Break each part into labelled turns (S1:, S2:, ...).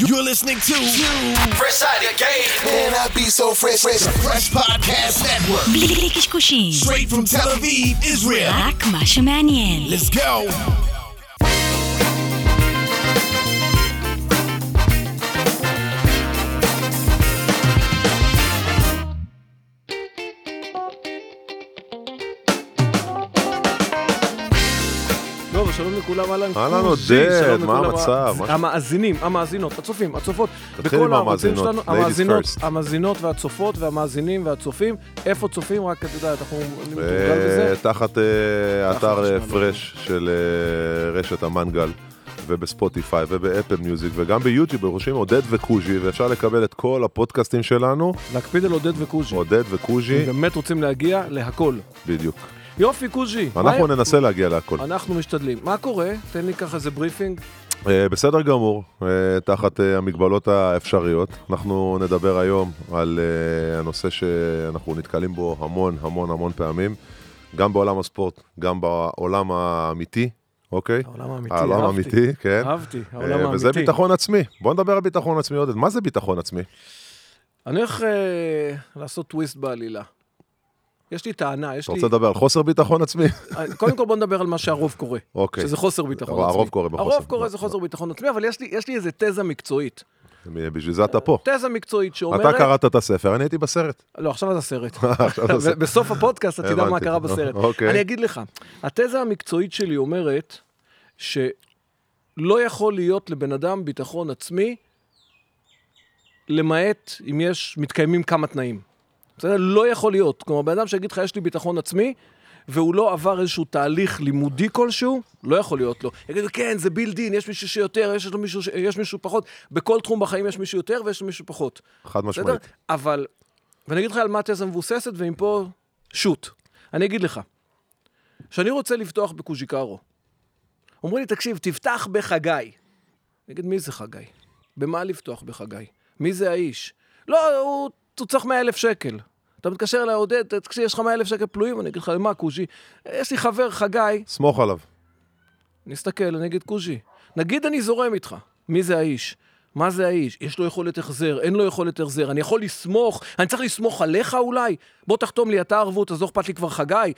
S1: You're listening to
S2: Fresh out the gate. Man, I be so fresh, fresh,
S1: Fresh Podcast Network.
S3: בלי בלי קשקושים,
S1: Straight from Tel Aviv, Israel.
S3: רק מה שמעניין.
S1: Let's go.
S4: טוב, לא, שלום לכולם, אהלן.
S5: אהלן,
S4: כושי,
S5: עודד,
S4: שלום
S5: מה
S4: לכולם,
S5: המצב? מה-
S4: המאזינים, המאזינות, הצופים, הצופות.
S5: תתחיל עם המאזינות, ladies
S4: המאזינות,
S5: first.
S4: המאזינות והצופות והמאזינים והצופים. איפה צופים? רק, אתה יודע, אנחנו... אני מתורגל בזה.
S5: אה, תחת אה, אתר אה,
S4: שלנו.
S5: פרש של אה, רשת המנגל. ובספוטיפיי ובאפל מיוזיק וגם ביוטיוב רושמים עודד וקוז'י ואפשר לקבל את כל הפודקאסטים שלנו
S4: להקפיד על עודד וקוז'י.
S5: עודד
S4: הם
S5: וקוז'י
S4: באמת רוצים להגיע להכל.
S5: בדיוק
S4: יופי, קוז'י.
S5: אנחנו
S4: מה-
S5: ננסה להגיע להכל
S4: אנחנו משתדלים. מה קורה? תן לי ככה איזה בריפינג.
S5: אה, בסדר גמור אה, תחת אה, המגבלות האפשריות אנחנו נדבר היום על אה, הנושא שאנחנו נתקלים בו המון המון המון פעמים גם בעולם הספורט גם בעולם האמיתי אוקיי
S4: העולם האמיתי,
S5: העולם
S4: אהבתי.
S5: האמיתי כן
S4: אהבתי, העולם
S5: אה,
S4: האמיתי.
S5: וזה ביטחון עצמי. בוא נדבר על ביטחון עצמי עודד. מה זה ביטחון עצמי?
S4: אני הולך אה, לעשות טוויסט בעלילה. יש לי טענה, יש
S5: אתה
S4: לי... אה,
S5: רוצה לדבר על חוסר ביטחון עצמי?
S4: קודם כל בוא נדבר על מה שהרוב קורא.
S5: אוקיי.
S4: שזה חוסר ביטחון
S5: אבל
S4: עצמי.
S5: הרוב קורה בחוסר.
S4: הרוב קורה זה חוסר ביטחון עצמי, אבל יש לי, יש לי איזה תזה מקצועית.
S5: בשביל זה אתה פה.
S4: תזה מקצועית שאומרת...
S5: אתה קראת את הספר, אני הייתי בסרט.
S4: לא, עכשיו זה סרט.
S5: עכשיו זה סרט.
S4: בסוף הפודקאסט אתה תדע מה
S5: הבנתי.
S4: קרה בסרט.
S5: אוקיי.
S4: אני אגיד לך, התזה המקצועית שלי אומרת שלא יכול להיות לבן אדם ביטחון עצמי, למעט אם יש, מתקיימים כמה תנאים. בסדר? לא יכול להיות. כלומר, בן אדם שיגיד לך, יש לי ביטחון עצמי, והוא לא עבר איזשהו תהליך לימודי כלשהו, לא יכול להיות לו. יגידו, כן, זה בילדין, יש מישהו שיותר, יש, לו מישהו, ש- יש מישהו פחות. בכל תחום בחיים יש מישהו יותר ויש מישהו פחות.
S5: חד
S4: בסדר?
S5: משמעית.
S4: אבל, ואני אגיד לך על מה התזה מבוססת, ואם פה, שוט. אני אגיד לך, כשאני רוצה לפתוח בקוז'יקרו, אומרים לי, תקשיב, תפתח בחגי. אני אגיד, מי זה חגי? במה לפתוח בחגי? מי זה האיש? לא, הוא, הוא צריך 100 אלף שקל. אתה מתקשר אליי, עודד, תקשיב, יש לך 100 אלף שקל פלויים? אני אגיד לך, מה, קוז'י? יש לי חבר, חגי,
S5: סמוך עליו.
S4: נסתכל, אני אגיד קוז'י. נגיד אני זורם איתך, מי זה האיש? מה זה האיש? יש לו יכולת החזר, אין לו יכולת החזר, אני יכול לסמוך, אני צריך לסמוך עליך אולי? בוא תחתום לי אתה ערבות, אז לא אכפת לי כבר חגי.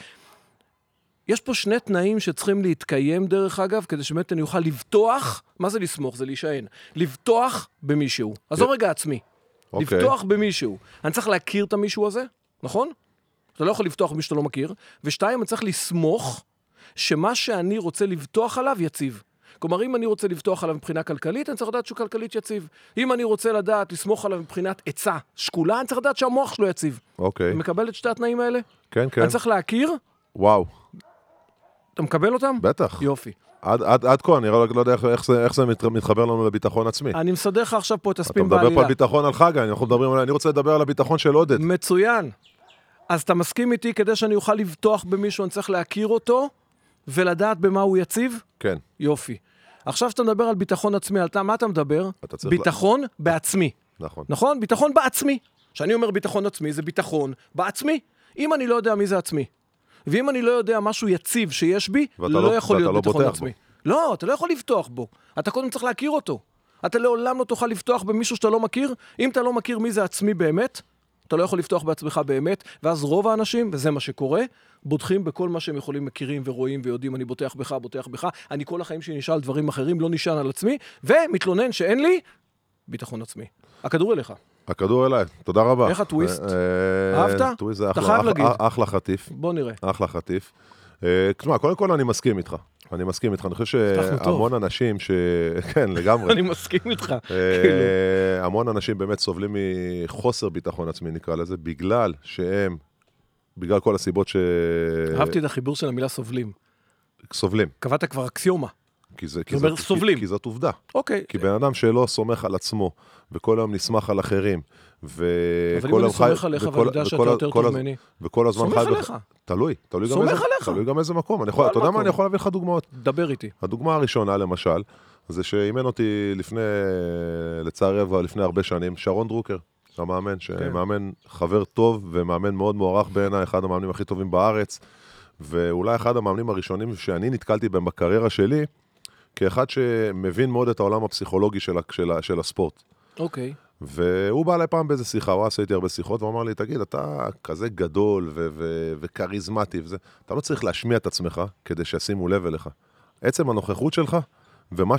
S4: יש פה שני תנאים שצריכים להתקיים, דרך אגב, כדי שבאמת אני אוכל לבטוח, מה זה לסמוך? זה להישען. לבטוח במישהו. עזוב רגע עצמי.
S5: אוקיי.
S4: לבטוח במישהו. אני צריך להכיר את המישהו הזה, נכון? אתה לא יכול לבטוח במי שאתה לא מכיר. ושתיים, אני צריך לסמוך שמה שאני רוצה לבטוח עליו יציב. כלומר, אם אני רוצה לבטוח עליו מבחינה כלכלית, אני צריך לדעת שהוא כלכלית יציב. אם אני רוצה לדעת לסמוך עליו מבחינת עצה שקולה, אני צריך לדעת שהמוח שלו יציב.
S5: אוקיי.
S4: אתה מקבל את שתי התנאים האלה?
S5: כן, כן.
S4: אני צריך להכיר,
S5: וואו.
S4: אתה מקבל אותם?
S5: בטח.
S4: יופי.
S5: עד- עד עד כה, אני רק לא יודע איך- איך זה- איך זה מת- מתחבר לנו לביטחון עצמי.
S4: אני מסדר לך עכשיו פה את
S5: אתה
S4: הספין
S5: מדבר פה
S4: בעלילה.
S5: על ביטחון על חגה, אנחנו מדברים על... אני רוצה לדבר על הביטחון של עודד.
S4: מצוין. אז אתה מסכים איתי, כדי שאני אוכל לבטוח במישהו, אני צריך להכיר אותו ולדעת במה הוא יציב?
S5: כן.
S4: יופי. עכשיו שאתה מדבר על ביטחון עצמי, על מה אתה מדבר?
S5: אתה צריך
S4: ביטחון בעצמי,
S5: נכון.
S4: נכון? ביטחון בעצמי. כשאני אומר ביטחון עצמי, זה ביטחון בעצמי. אם אני לא יודע מי זה עצמי, ואם אני לא יודע משהו יציב שיש בי,
S5: ואתה
S4: לא,
S5: לא-
S4: יכול
S5: ואתה
S4: להיות
S5: לא
S4: ביטחון
S5: בוטח
S4: עצמי. לא, אתה לא יכול לבטוח בו. אתה קודם צריך להכיר אותו. אתה לעולם לא תוכל לבטוח במישהו שאתה לא מכיר. אם אתה לא מכיר מי זה עצמי באמת, אתה לא יכול לבטוח בעצמך באמת, ואז רוב האנשים, וזה מה שקורה, בוטחים בכל מה שהם יכולים, מכירים ורואים ויודעים, אני בוטח בך, בוטח בך, אני כל החיים שלי נשאל דברים אחרים, לא נשען על עצמי, ומתלונן שאין לי ביטחון עצמי. הכדור אליך.
S5: הכדור אליי, תודה רבה.
S4: איך הטוויסט?
S5: אה, אה,
S4: אהבת?
S5: טוויסט זה
S4: אתה
S5: אחלה-
S4: חייב
S5: אח-
S4: להגיד.
S5: אח- אחלה חטיף.
S4: בוא נראה.
S5: אחלה חטיף. אה, תשמע, קודם כל אני מסכים איתך. אני מסכים איתך. אני חושב
S4: הבטחנו טוב.
S5: שהמון אנשים ש... כן, לגמרי.
S4: אני מסכים איתך.
S5: אה, המון אנשים באמת סובלים מחוסר ביטחון עצמי, נקרא לזה, בגלל שהם, בגלל כל הסיבות אה,
S4: אהבתי את החיבור של המילה סובלים.
S5: שסובלים.
S4: קבעת כבר אקסיומה.
S5: כי זה- כי
S4: זאת אומרת,
S5: זאת- כי-
S4: סובלים.
S5: כי זאת עובדה.
S4: אוקיי.
S5: כי בן אדם שלא סומך על עצמו, וכל היום נסמך על אחרים,
S4: אבל אם
S5: וכל
S4: אני
S5: היום חי...
S4: סומך עליך ואני
S5: וכל-
S4: יודע שאתה
S5: וכל ה-
S4: יותר
S5: כל
S4: טוב
S5: הז-
S4: ממני,
S5: וכל הזמן
S4: סומך
S5: חי... בח-
S4: עליך.
S5: תלוי, תלוי גם
S4: סומך
S5: איזה...
S4: עליך.
S5: תלוי גם איזה מקום. אני יכול,
S4: כל
S5: אתה יודע
S4: מקום.
S5: מה, אני יכול להביא לך דוגמאות.
S4: דבר איתי.
S5: הדוגמה הראשונה, למשל, זה שאימן אותי לפני, לצערי הרב, לפני הרבה שנים, שרון דרוקר, המאמן, שמאמן חבר טוב ומאמן מאוד מוערך בעיניי, אחד המאמנים הכי טובים בארץ, ואולי אחד המאמנים הראשונים שאני נתקלתי בהם בקריירה שלי, כאחד שמבין מאוד את העולם הפסיכולוגי של, ה- של, ה- של הספורט.
S4: אוקיי.
S5: והוא בא אליי פעם באיזה שיחה, הוא עשה איתי הרבה שיחות, והוא אמר לי, תגיד, אתה כזה גדול ו- ו- וכריזמטי וזה, אתה לא צריך להשמיע את עצמך כדי שישימו לב אליך. עצם הנוכחות שלך, ומה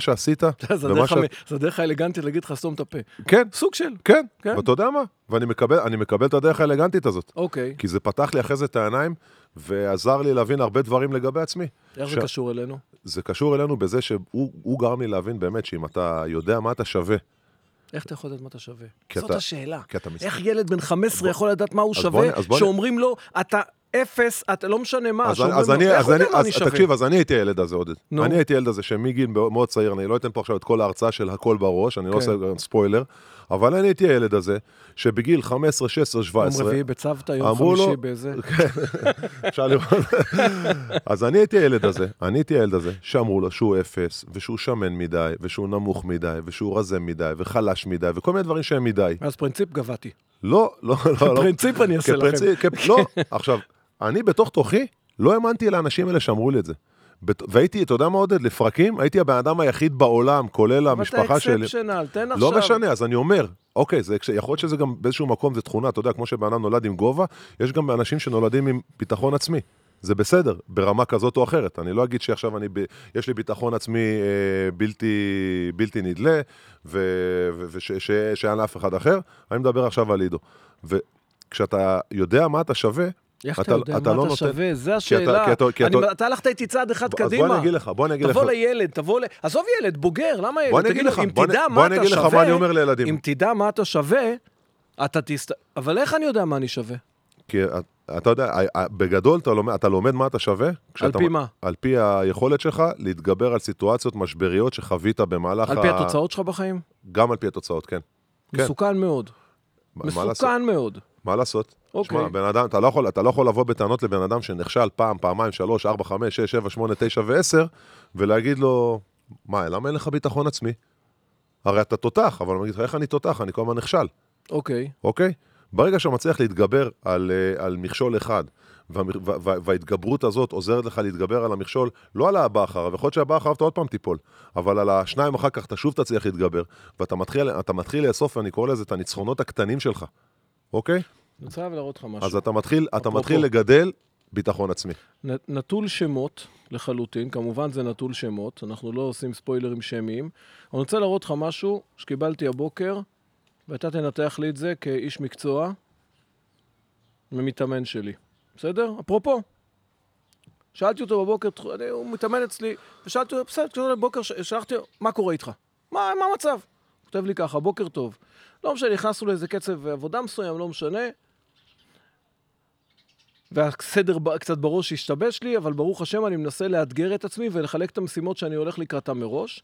S5: שעשית,
S4: זו
S5: ומה
S4: הדרך המ- זו הדרך האלגנטית להגיד לך, סתום את הפה.
S5: כן,
S4: סוג של.
S5: כן,
S4: כן.
S5: ואתה יודע מה? ואני מקבל, אני מקבל את הדרך האלגנטית הזאת.
S4: אוקיי.
S5: כי זה פתח לי אחרי זה את העיניים, ועזר לי להבין הרבה דברים לגבי עצמי.
S4: איך זה
S5: עכשיו-
S4: קשור אלינו?
S5: זה קשור אלינו בזה שהוא הוא גרם לי להבין באמת שאם אתה יודע מה אתה שווה,
S4: איך אתה יכול לדעת מה אתה שווה?
S5: כי
S4: זאת
S5: אתה-
S4: השאלה.
S5: כי אתה מסתכל.
S4: איך ילד בן 15 יכול לדעת מה הוא
S5: אז בוא נ-
S4: שווה,
S5: אז בוא נ-
S4: שאומרים לו, אתה אפס, אתה לא משנה מה,
S5: אז אני- אז
S4: שאומרים
S5: אני,
S4: לו, איך
S5: אז
S4: הוא
S5: אני,
S4: יודע מה
S5: אז אה,
S4: אני שווה?
S5: תקשיב, אז אני הייתי הילד הזה, עודד.
S4: נו.
S5: אני הייתי הילד הזה שמגיל מאוד- מאוד צעיר, אני לא אתן פה עכשיו את כל ההרצאה של הכל בראש, אני לא עושה
S4: כן.
S5: ספוילר, אבל אני הייתי הילד הזה, שבגיל 15, 16,
S4: יום
S5: 17,
S4: רביעי בצוותא, יום
S5: אמרו לו- כן.
S4: חמישי באיזה...
S5: אפשר לראות. אז אני הייתי הילד הזה, אני הייתי הילד הזה, שאמרו לו שהוא אפס, ושהוא שמן מדי, ושהוא נמוך מדי, ושהוא רזה מדי, וחלש מדי, וכל מיני דברים שהם מדי.
S4: אז פרינציפ גבהתי.
S5: לא, לא, לא. לא.
S4: פרינציפ אני אעשה
S5: כפרינציפ, כפ- לא, עכשיו, אני בתוך תוכי לא האמנתי לאנשים האלה שאמרו לי את זה. בת- והייתי, אתה יודע מה עודד, לפרקים, הייתי הבן אדם היחיד בעולם, כולל המשפחה
S4: אבל אתה
S5: שלי.
S4: אקספשנל, תן עכשיו.
S5: לא משנה, אז אני אומר, אוקיי, זה, יכול להיות שזה גם באיזשהו מקום, זה תכונה, אתה יודע, כמו שבן אדם נולד עם גובה, יש גם אנשים שנולדים עם ביטחון עצמי. זה בסדר, ברמה כזאת או אחרת. אני לא אגיד שעכשיו אני, ב, יש לי ביטחון עצמי אה, בלתי, בלתי נדלה, ושאין לאף אחד אחר, אני מדבר עכשיו על עידו. וכשאתה יודע מה אתה שווה,
S4: איך אתה יודע
S5: אתה
S4: מה
S5: לא
S4: אתה
S5: נותן-
S4: שווה? זה
S5: כי אתה-
S4: השאלה.
S5: כי אתה- כי
S4: אני-
S5: אתה-
S4: אתה הלכת איתי צעד אחד
S5: אז בוא
S4: קדימה.
S5: אני אגיד לך, בוא אני אגיד לך.
S4: תבוא לילד, תבוא ל... עזוב ילד, בוגר, למה ילד?
S5: בוא אני
S4: תגיד לו,
S5: אגיד לך,
S4: אם
S5: בוא
S4: תדע
S5: אני-
S4: מה
S5: בוא
S4: אתה
S5: אני אגיד לך מה
S4: שווה-
S5: אני אומר לילדים.
S4: אם תדע מה אתה שווה, אתה תסת... אבל איך אני יודע מה אני שווה?
S5: כי אה, אתה- אתה יודע, ה- ה- בגדול אתה לומד, אתה לומד מה אתה שווה. כשאתה-
S4: פי מה?
S5: על פי היכולת שלך להתגבר על סיטואציות משבריות שחווית במהלך
S4: על פי התוצאות שלך בחיים?
S5: גם על פי התוצאות, כן. כן.
S4: מסוכן מאוד.
S5: מה- מה לעשות?
S4: מסוכן מאוד.
S5: מה לעשות?
S4: אוקיי.
S5: שמע, בן אדם, אתה לא, יכול, אתה לא יכול לבוא בטענות לבן אדם שנכשל פעם, פעמיים, שלוש, ארבע, חמש, שש, שבע, שמונה, תשע ועשר, ולהגיד לו, מה, למה אין לך ביטחון עצמי? הרי אתה תותח, אבל הוא יגיד לך, איך אני תותח? אני כל הזמן נכשל.
S4: אוקיי.
S5: אוקיי? ברגע שאתה מצליח להתגבר על, אה, על מכשול אחד, והמ- וה- וה- וההתגברות הזאת עוזרת לך להתגבר על המכשול, לא על הבא אחריו, יכול להיות שהבא אחריו אתה עוד פעם תיפול, אבל על השניים אחר כך אתה שוב תצליח להתגבר, ואתה מתחיל, אתה מתחיל לאסוף, אני קורא לזה, את הניצחונות הקטנים שלך, אוקיי?
S4: אני רוצה להראות לך משהו.
S5: אז אתה מתחיל, אתה
S4: אפרופו.
S5: מתחיל לגדל ביטחון עצמי.
S4: נ- נטול שמות לחלוטין, כמובן זה נטול שמות, אנחנו לא עושים ספוילרים שמיים. אני רוצה להראות לך משהו שקיבלתי הבוקר, ואתה תנתח לי את זה כאיש מקצוע ומתאמן שלי, בסדר? אפרופו, שאלתי אותו בבוקר, "תח- אני, הוא מתאמן אצלי, ושאלתי אותו, בסדר, כשאתה בבוקר, ש- שלחתי, לו, מה קורה איתך? מה, מה המצב? הוא כותב לי ככה, בוקר טוב. לא משנה, נכנסנו לאיזה קצב עבודה מסוים, לא משנה, והסדר ב- קצת בראש השתבש לי, אבל ברוך השם אני מנסה לאתגר את עצמי ולחלק את המשימות שאני הולך לקראתן מראש.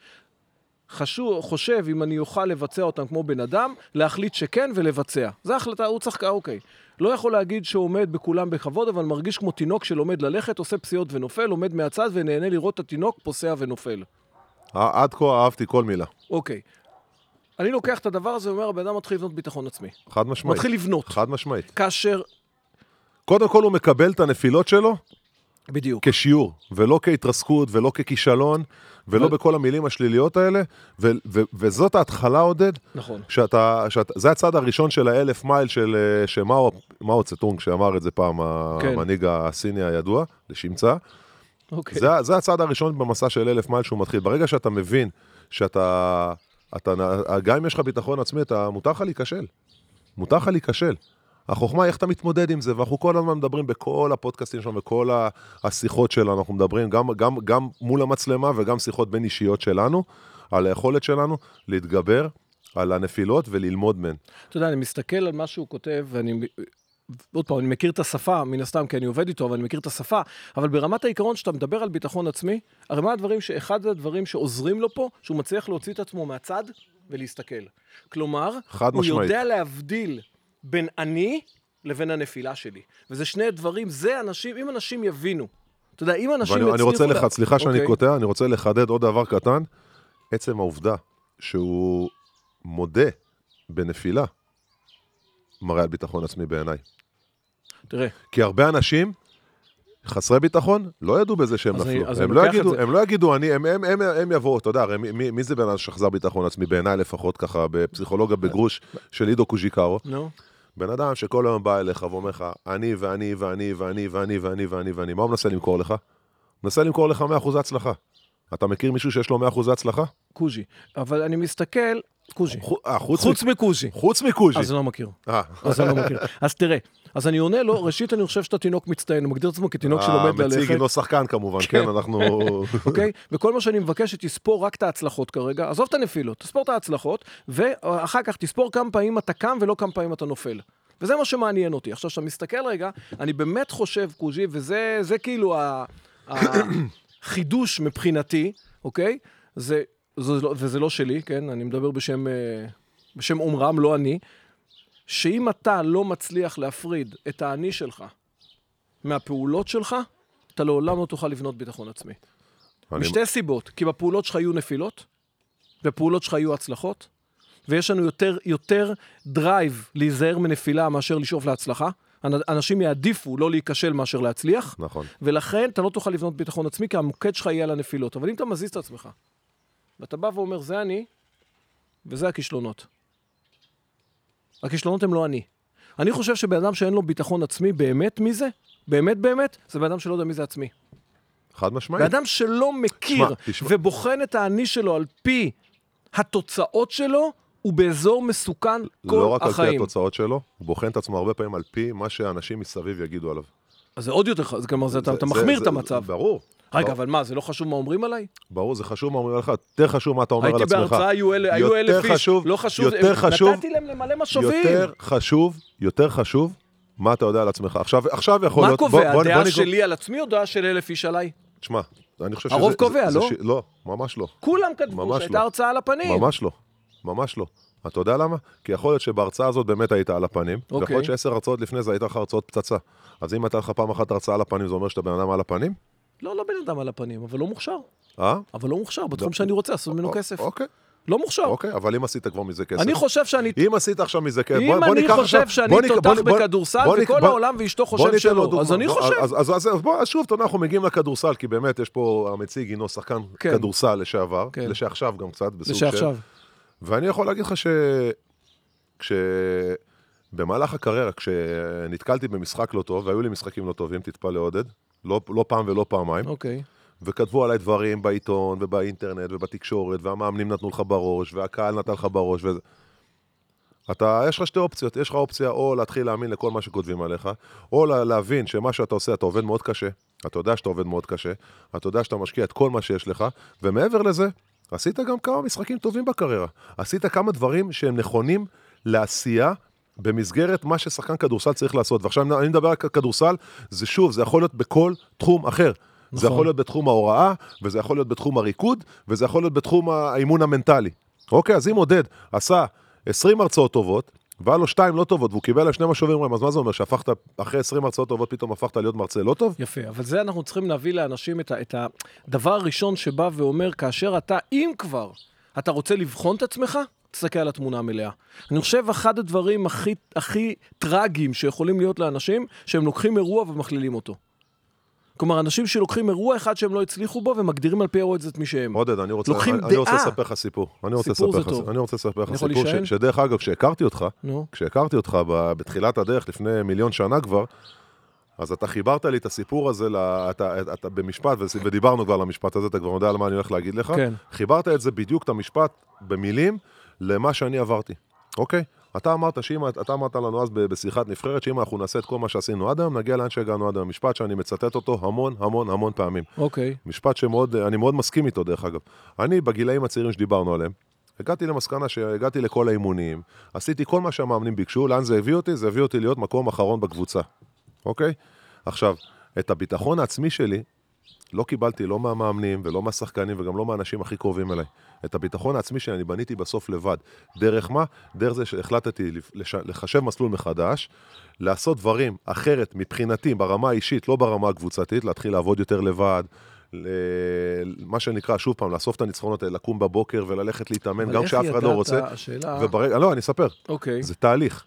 S4: חשוב, חושב אם אני אוכל לבצע אותם כמו בן אדם, להחליט שכן ולבצע. זו החלטה, הוא צריך, אוקיי. לא יכול להגיד שהוא עומד בכולם בכבוד, אבל מרגיש כמו תינוק שלומד ללכת, עושה פסיעות ונופל, עומד מהצד ונהנה לראות את התינוק פוסע ונופל.
S5: ע- עד כה אהבתי כל מילה,
S4: אוקיי. אני לוקח את הדבר הזה ואומר, הבן אדם מתחיל לבנות ביטחון עצמי.
S5: חד משמעית.
S4: מתחיל לבנות.
S5: חד משמעית.
S4: כאשר...
S5: קודם כל הוא מקבל את הנפילות שלו כן.
S4: בדיוק.
S5: כשיעור, ולא כהתרסקות, ולא ככישלון, ולא
S4: אבל-
S5: בכל המילים השליליות האלה, ו- ו- וזאת ההתחלה, עודד,
S4: נכון.
S5: שאתה, שאתה, זה הצעד הראשון של האלף מייל של אה, שמאו מאו צטונג, שאמר את זה פעם,
S4: כן.
S5: המנהיג הסיני הידוע, לשמצה,
S4: אוקיי.
S5: זה, ה- זה הצעד הראשון במסע של אלף מייל שהוא מתחיל. ברגע שאתה מבין שאתה, אתה, נ- גם אם יש לך ביטחון עצמי, אתה, מותר לך להיכשל. מותר לך להיכשל. החוכמה היא איך אתה מתמודד עם זה, ואנחנו כל הזמן מדברים בכל הפודקאסטים שלנו, בכל ה- השיחות שלנו, אנחנו מדברים גם, גם, גם מול המצלמה וגם שיחות בין אישיות שלנו, על היכולת שלנו להתגבר על הנפילות וללמוד מהן.
S4: אתה יודע, אני מסתכל על מה שהוא כותב, ואני... עוד פעם, אני מכיר את השפה, מן הסתם, כי אני עובד איתו, אבל אני מכיר את השפה, אבל ברמת העיקרון, שאתה מדבר על ביטחון עצמי, הרי מה הדברים ש... אחד הדברים שעוזרים לו פה, שהוא מצליח להוציא את עצמו מהצד ולהסתכל. כלומר,
S5: חד
S4: הוא
S5: משמעית.
S4: יודע להבדיל בין אני לבין הנפילה שלי. וזה שני דברים, זה אנשים, אם אנשים יבינו. אתה יודע, אם אנשים
S5: ואני אני רוצה
S4: לה-
S5: לך, סליחה שאני
S4: אוקיי.
S5: קוטע, אני רוצה לחדד עוד דבר קטן. עצם העובדה שהוא מודה בנפילה, מראה על ביטחון עצמי בעיניי.
S4: תראה,
S5: כי הרבה אנשים חסרי ביטחון לא ידעו בזה שהם
S4: אז אני-
S5: נפלו.
S4: אז
S5: הם
S4: אני
S5: לא
S4: לוקח את
S5: יגידו,
S4: זה.
S5: הם לא יגידו, אני, הם, הם, הם, הם יבואו, אתה יודע, הרי מי- מי, מי זה בן אדם שחזר ביטחון עצמי, בעיניי לפחות ככה, בפסיכולוגיה בגרוש של עידו קוז'יקרו?
S4: נו.
S5: בן אדם שכל היום בא אליך ואומר לך, אני ואני ואני ואני ואני ואני ואני ואני, מה הוא מנסה למכור לך? מנסה למכור לך 100% הצלחה. אתה מכיר מישהו שיש לו 100% הצלחה?
S4: קוז'י. אבל אני מסתכל, קוז'י.
S5: חו- אה, חוץ
S4: חוץ
S5: מ-
S4: מקוז'י.
S5: חוץ מקוז'י.
S4: אז אני לא מכיר.
S5: אה.
S4: אז אני לא מכיר. אז תראה, אז אני עונה לו, ראשית אני חושב שאתה תינוק מצטיין, הוא מגדיר את עצמו כתינוק
S5: אה,
S4: שלומד
S5: המציג
S4: ללכת.
S5: אינו שחקן כמובן, כן, אנחנו...
S4: אוקיי? וכל מה שאני מבקש שתספור רק את ההצלחות כרגע, עזוב את הנפילות, תספור את ההצלחות, ואחר כך תספור כמה פעמים אתה קם ולא כמה פעמים אתה נופל. וזה מה שמעניין אותי. עכשיו, כשאתה מסתכל רגע, אני באמת חושב, קוז'י, וזה זה כאילו ה- החידוש מבחינתי, אוקיי? זה, זה, לא- וזה לא שלי, כן? אני מדבר בשם, אה, בשם אומרם, לא אני. שאם אתה לא מצליח להפריד את האני שלך מהפעולות שלך, אתה לעולם לא תוכל לבנות ביטחון עצמי.
S5: אני-
S4: משתי סיבות, כי בפעולות שלך יהיו נפילות, בפעולות שלך יהיו הצלחות, ויש לנו יותר, יותר דרייב להיזהר מנפילה מאשר לשאוף להצלחה. אנ- אנשים יעדיפו לא להיכשל מאשר להצליח,
S5: נכון.
S4: ולכן אתה לא תוכל לבנות ביטחון עצמי, כי המוקד שלך יהיה על הנפילות. אבל אם אתה מזיז את עצמך, ואתה בא ואומר, זה אני, וזה הכישלונות. הכישלונות הם לא אני. אני חושב שבן אדם שאין לו ביטחון עצמי, באמת מי זה? באמת באמת? זה בן אדם שלא יודע מי זה עצמי.
S5: חד משמעית.
S4: ואדם שלא מכיר
S5: תשמע, תשמע.
S4: ובוחן את האני שלו על פי התוצאות שלו, הוא באזור מסוכן כל
S5: לא רק על פי
S4: החיים.
S5: התוצאות שלו, הוא בוחן את עצמו הרבה פעמים על פי מה שאנשים מסביב יגידו עליו.
S4: אז זה עוד יותר, ח- זה- כלומר, זה- אתה
S5: זה-
S4: אתה
S5: זה-
S4: מחמיר
S5: זה-
S4: את המצב.
S5: ברור.
S4: רגע,
S5: ברור.
S4: אבל מה, זה לא חשוב מה אומרים עליי?
S5: ברור, זה חשוב מה אומרים לך, יותר חשוב מה אתה אומר על
S4: הייתי
S5: עצמך.
S4: בהרצאה, היו אלה- היו
S5: יותר
S4: אלף איש,
S5: חשוב-
S4: לא חשוב,
S5: יותר חשוב,
S4: נתתי להם למלא משאבים.
S5: יותר חשוב, יותר חשוב, מה אתה יודע על עצמך. עכשיו, עכשיו יכול
S4: מה
S5: להיות... בוא-
S4: קובע,
S5: בוא- בוא
S4: הדעה
S5: נגמור-
S4: שלי על עצמי או דעה של אלף איש עליי?
S5: תשמע, אני חושב שזה...
S4: הרוב
S5: זה-
S4: קובע,
S5: זה
S4: לא?
S5: ש- לא, ממש לא.
S4: כולם כתבו
S5: ממש
S4: שהייתה
S5: לא.
S4: הרצאה על הפנים.
S5: ממש לא, ממש לא. אתה יודע למה? כי יכול להיות שבהרצאה הזאת באמת היית על הפנים,
S4: אוקיי.
S5: ויכול להיות שעשר הרצאות לפני זה הייתה לך הרצאות פצצה. אז אם הייתה לך פעם אחת הרצאה על הפנים, זה אומר שאתה בן אדם על הפנים?
S4: לא, לא בן אדם על הפנים, אבל לא מוכשר.
S5: אה?
S4: אבל לא מוכשר, בתחום שאני רוצה לעשות ממנו כסף.
S5: אוקיי,
S4: לא מוכשר.
S5: אוקיי, אבל אם עשית כבר מזה כסף.
S4: אני חושב שאני
S5: אם עשית עכשיו מזה כסף,
S4: אם אני חושב שאני
S5: בוא כן, ניקח-
S4: תותח
S5: בוא נ- בוא-
S4: בכדורסל
S5: בוא נ-
S4: וכל
S5: בוא-
S4: העולם ואשתו
S5: בוא
S4: חושב
S5: ניתן
S4: שלא,
S5: לו דוגמה.
S4: אז אני
S5: בוא-
S4: חושב.
S5: אז- אז- אז- אז בוא, אז שוב, אתה יודע, אנחנו מגיעים לכדורסל, כי באמת יש פה, המציג הינו שחקן
S4: כן.
S5: כדורסל לשעבר,
S4: כן.
S5: לשעכשיו גם קצת, בסוג של...
S4: לשעכשיו.
S5: ואני יכול להגיד לך ש... כש... במהלך הקריירה, כשנתקלתי במשחק לא טוב, והיו לי משחקים לא טובים, תתפלא עודד, לא, לא פעם ולא פעמיים,
S4: אוקיי.
S5: וכתבו עליי דברים בעיתון ובאינטרנט ובתקשורת, והמאמנים נתנו לך בראש, והקהל נתן לך בראש, וזה... אתה, יש לך שתי אופציות, יש לך אופציה או להתחיל להאמין לכל מה שכותבים עליך, או לה, להבין שמה שאתה עושה, אתה עובד מאוד קשה, אתה יודע שאתה עובד מאוד קשה, אתה יודע שאתה משקיע את כל מה שיש לך, ומעבר לזה, עשית גם כמה משחקים טובים בקריירה. עשית כמה דברים שהם נכונים לעשייה במסגרת מה ששחקן כדורסל צריך לעשות. ועכשיו אני מדבר על כדורסל, זה שוב, זה יכול להיות בכל תחום אחר. נכון. זה יכול להיות בתחום ההוראה, וזה יכול להיות בתחום הריקוד, וזה יכול להיות בתחום האימון המנטלי. אוקיי, אז אם עודד עשה 20 הרצאות טובות, והיה לו שתיים לא טובות, והוא קיבל עליהם שני משובים רעים, אז מה זה אומר, שהפכת, אחרי 20 הרצאות טובות, פתאום הפכת להיות מרצה לא טוב?
S4: יפה, אבל זה אנחנו צריכים להביא לאנשים את, ה- את הדבר הראשון שבא ואומר, כאשר אתה, אם כבר, אתה רוצה לבחון את עצמך, תסתכל על התמונה המלאה. אני חושב אחד הדברים הכי, הכי טרגיים שיכולים להיות לאנשים, שהם לוקחים אירוע ומכלילים אותו. כלומר, אנשים שלוקחים אירוע אחד שהם לא הצליחו בו ומגדירים על פי האירוע הזה את מי שהם.
S5: עודד, אני רוצה,
S4: לוקחים
S5: אני, אני רוצה
S4: דעה.
S5: לספר לך סיפור. אני רוצה
S4: סיפור
S5: לספר
S4: זה
S5: לך,
S4: טוב.
S5: אני רוצה לספר לך
S4: אני יכול
S5: סיפור, ש,
S4: להישען?
S5: שדרך אגב, כשהכרתי אותך,
S4: נו.
S5: כשהכרתי אותך ב, בתחילת הדרך, לפני מיליון שנה כבר, אז אתה חיברת לי את הסיפור הזה, ל, אתה, אתה, אתה במשפט, וס- ודיברנו כבר על המשפט הזה, אתה כבר יודע על מה אני הולך להגיד לך.
S4: כן.
S5: חיברת את זה בדיוק, את המשפט, במילים, למה שאני עברתי, אוקיי? אתה אמרת, שאם, אתה אמרת לנו אז ב- בשיחת נבחרת, שאם אנחנו נעשה את כל מה שעשינו עד היום, נגיע לאן שהגענו עד היום. משפט שאני מצטט אותו המון המון המון פעמים.
S4: אוקיי.
S5: משפט שמאוד, אני מאוד מסכים איתו דרך אגב. אני בגילאים הצעירים שדיברנו עליהם, הגעתי למסקנה שהגעתי לכל האימונים, עשיתי כל מה שהמאמנים ביקשו, לאן זה הביא אותי? זה הביא אותי להיות מקום אחרון בקבוצה, אוקיי? עכשיו, את הביטחון העצמי שלי לא קיבלתי לא מהמאמנים ולא מהשחקנים וגם לא מהאנשים הכי קרובים אליי. את הביטחון העצמי שלי אני בניתי בסוף לבד. דרך מה? דרך זה שהחלטתי לש- לחשב מסלול מחדש, לעשות דברים אחרת מבחינתי, ברמה האישית, לא ברמה הקבוצתית, להתחיל לעבוד יותר לבד. ל- מה שנקרא, שוב פעם, לאסוף את הניצחונות האלה, לקום בבוקר וללכת להתאמן,
S4: אבל
S5: גם
S4: איך
S5: כשאף אחד לא
S4: ידעת?
S5: רוצה.
S4: השאלה-
S5: וברגע, לא, אני אספר.
S4: אוקיי.
S5: זה תהליך.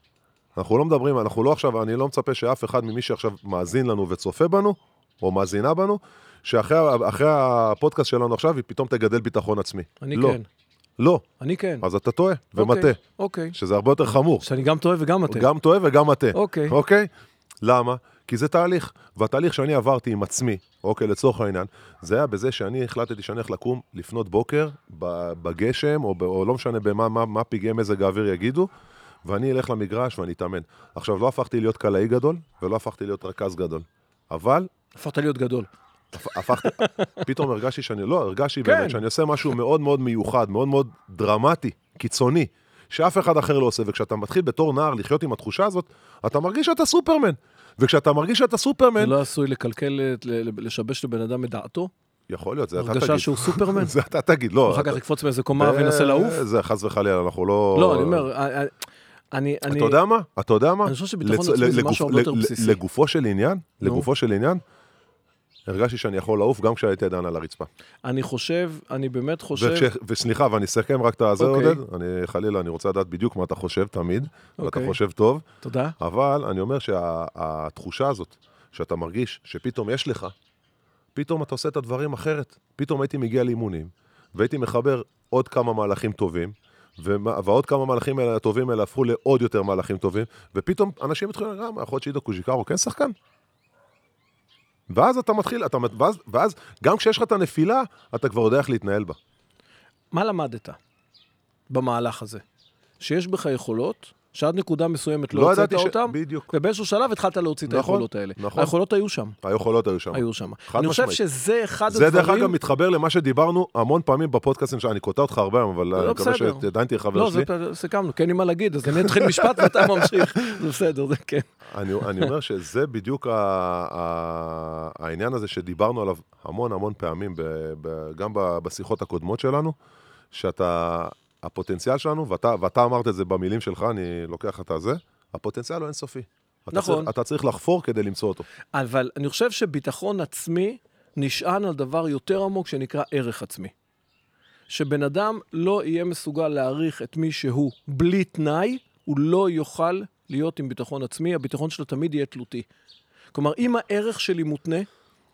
S5: אנחנו לא מדברים, אנחנו לא עכשיו, אני לא מצפה שאף אחד ממי שעכשיו מאזין לנו וצופה בנו, או מאזינה בנו, שאחרי ה- אחרי הפודקאסט שלנו עכשיו, היא פתאום תגדל ביטחון עצמי.
S4: אני
S5: לא.
S4: כן.
S5: לא.
S4: אני כן.
S5: אז אתה טועה ומטעה,
S4: אוקיי, אוקיי.
S5: שזה הרבה יותר חמור.
S4: שאני גם טועה וגם מטעה.
S5: גם טועה וגם מטעה.
S4: אוקיי.
S5: אוקיי? למה? כי זה תהליך, והתהליך שאני עברתי עם עצמי, אוקיי, לצורך העניין, זה היה בזה שאני החלטתי שאני הולך לקום לפנות בוקר ב- בגשם, או, ב- או לא משנה במה מה, מה פגעי מזג האוויר יגידו, ואני אלך למגרש ואני אתאמן. עכשיו, לא הפכתי להיות קלעי גדול, ולא הפכתי להיות רכז גדול, אבל
S4: הפכת להיות גדול.
S5: הפ- הפכתי, פתאום הרגשתי שאני, לא, הרגשתי
S4: כן.
S5: באמת שאני עושה משהו מאוד מאוד מיוחד, מאוד מאוד דרמטי, קיצוני, שאף אחד אחר לא עושה, וכשאתה מתחיל בתור נער לחיות עם התחושה הזאת, אתה מרגיש שאתה סופרמן. וכשאתה מרגיש שאתה
S4: זה
S5: סופרמן,
S4: לא עשוי לקלקל, את- ל- ל- לשבש לבן אדם את דעתו?
S5: יכול להיות, זה אתה תגיד.
S4: הרגשה שהוא סופרמן?
S5: זה אתה תגיד, לא.
S4: אחר
S5: אתה-
S4: כך יקפוץ מאיזה קומה וינסה לעוף?
S5: אה, זה חס וחלילה, אנחנו לא...
S4: לא, אני אומר, אה, אה, אני... אני-
S5: אתה יודע מה? אתה יודע מה?
S4: אני חושב שביטחון
S5: לצ-
S4: עצמי זה
S5: לגופ-
S4: משהו הרבה יותר
S5: ל-
S4: בסיסי.
S5: לגופו של עניין, לגופו של עניין, הרגשתי שאני יכול לעוף גם כשהייתי עדיין על הרצפה.
S4: אני חושב, אני באמת חושב...
S5: וכש... וסליחה, ואני אסכם רק את הזה,
S4: אוקיי.
S5: עודד. אני, חלילה, אני רוצה לדעת בדיוק מה אתה חושב תמיד, ואתה
S4: אוקיי.
S5: חושב טוב,
S4: תודה.
S5: אבל אני אומר שהתחושה הזאת, שאתה מרגיש שפתאום יש לך, פתאום אתה עושה את הדברים אחרת. פתאום הייתי מגיע לאימונים, והייתי מחבר עוד כמה מהלכים טובים, ומה, ועוד כמה מהלכים האלה הטובים האלה הפכו לעוד יותר מהלכים טובים, ופתאום אנשים התחילו להגיד, "אה, יכול להיות שעידו קוז'יקרו כן שחקן? ואז אתה מתחיל, אתה, מת- ואז, ואז גם כשיש לך את הנפילה, אתה כבר יודע איך להתנהל בה.
S4: מה למדת במהלך הזה? שיש בך יכולות, שעד נקודה מסוימת לא
S5: לא
S4: הוצאת
S5: ידעתי ש-
S4: אותן,
S5: בדיוק.
S4: ובאיזשהו שלב התחלת להוציא את
S5: נכון,
S4: היכולות האלה.
S5: נכון.
S4: היכולות היו שם,
S5: היכולות היו שם.
S4: היו שם.
S5: חד
S4: אני חושב
S5: משמעית.
S4: שזה אחד
S5: זה
S4: הדברים...
S5: דרך אגב מתחבר למה שדיברנו המון פעמים בפודקאסטים שלנו, אני קוטע אותך הרבה היום, אבל אני
S4: לא
S5: מקווה
S4: בסדר.
S5: שעדיין תהיה חבר
S4: לא, זה
S5: שלי.
S4: פ- סיכמנו, כי אין לי מה להגיד, אז אני אתחיל משפט ואתה ממשיך. זה בסדר, זה כן.
S5: אני אני אומר שזה בדיוק ה- ה- העניין הזה שדיברנו עליו המון המון פעמים, ב- ב- גם ב- בשיחות הקודמות שלנו, שאתה, הפוטנציאל שלנו, ואתה ואתה אמרת את זה במילים שלך, אני לוקח את הזה, הפוטנציאל הוא אינסופי. אתה
S4: נכון.
S5: צריך- אתה צריך לחפור כדי למצוא אותו.
S4: אבל אני חושב שביטחון עצמי נשען על דבר יותר עמוק שנקרא ערך עצמי. שבן אדם לא יהיה מסוגל להעריך את מי שהוא בלי תנאי, הוא לא יוכל להיות עם ביטחון עצמי, הביטחון שלו תמיד יהיה תלותי. כלומר, אם הערך שלי מותנה,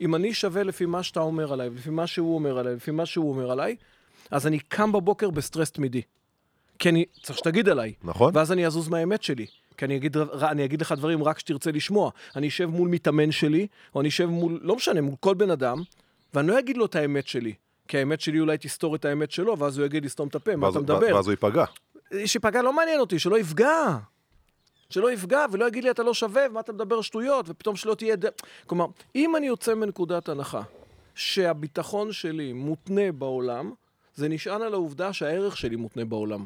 S4: אם אני שווה לפי מה שאתה אומר עליי, לפי מה שהוא אומר עליי, לפי מה שהוא אומר עליי, אז אני קם בבוקר בסטרס תמידי. כי אני צריך שתגיד עליי.
S5: נכון.
S4: ואז אני אזוז מהאמת שלי. כי אני אגיד, ר- אני אגיד לך דברים רק כשתרצה לשמוע. אני אשב מול מתאמן שלי, או אני אשב מול, לא משנה, מול כל בן אדם, ואני לא אגיד לו את האמת שלי. כי האמת שלי אולי תסתור את האמת שלו, ואז הוא יגיד, לסתום את הפה, מה
S5: ואז-
S4: אתה מדבר?
S5: ואז הוא ייפגע.
S4: שפגע לא מעניין אותי, שלא יפגע. שלא יפגע ולא יגיד לי אתה לא שווה, ומה אתה מדבר שטויות, ופתאום שלא תהיה... ד... כלומר, אם אני יוצא מנקודת הנחה שהביטחון שלי מותנה בעולם, זה נשען על העובדה שהערך שלי מותנה בעולם.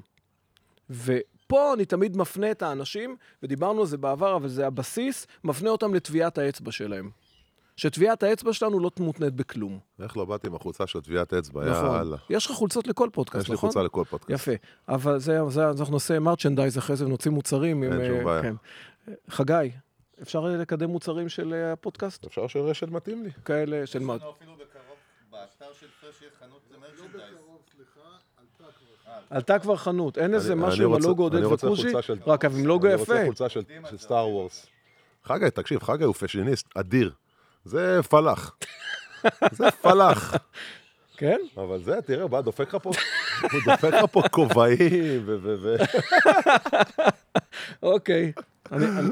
S4: ופה אני תמיד מפנה את האנשים, ודיברנו על זה בעבר, אבל זה הבסיס, מפנה אותם לטביעת האצבע שלהם. שטביעת האצבע שלנו לא מותנית בכלום.
S5: איך לא באתי עם החולצה של טביעת אצבע,
S4: נכון.
S5: יאללה.
S4: יש לך חולצות לכל פודקאסט,
S5: יש
S4: נכון?
S5: לי חולצה לכל פודקאסט.
S4: יפה, אבל זה, זה, אז אנחנו נעשה מרצ'נדייז אחרי זה ונוציא מוצרים. עם,
S5: אין
S4: אה,
S5: שום בעיה.
S4: חגי, אפשר לקדם מוצרים של אה, הפודקאסט?
S5: אפשר של רשת מתאים לי.
S4: כאלה של מה?
S6: כן. אפילו בקרוב, באתר של פרש יהיה חנות אה, למרצ'נדייז.
S4: לא עלתה כבר חנות, אין איזה
S5: אני-
S4: משהו
S5: אני
S4: עם
S5: רוצה-
S4: הלוגו עודד
S5: אני רוצה
S4: וקוז'י?
S5: חולצה של-
S4: רק עם לוגו
S5: אני רוצה
S4: יפה.
S5: חולצה של של סטאר וורס. חגי, תקשיב, חגי הוא פשיניסט אדיר. זה פלח. זה פלח.
S4: כן?
S5: אבל זה, תראה, הוא בא, דופק לך פה, הוא דופק לך פה כובעים, ו... ו- ו-
S4: אוקיי. אני- אני-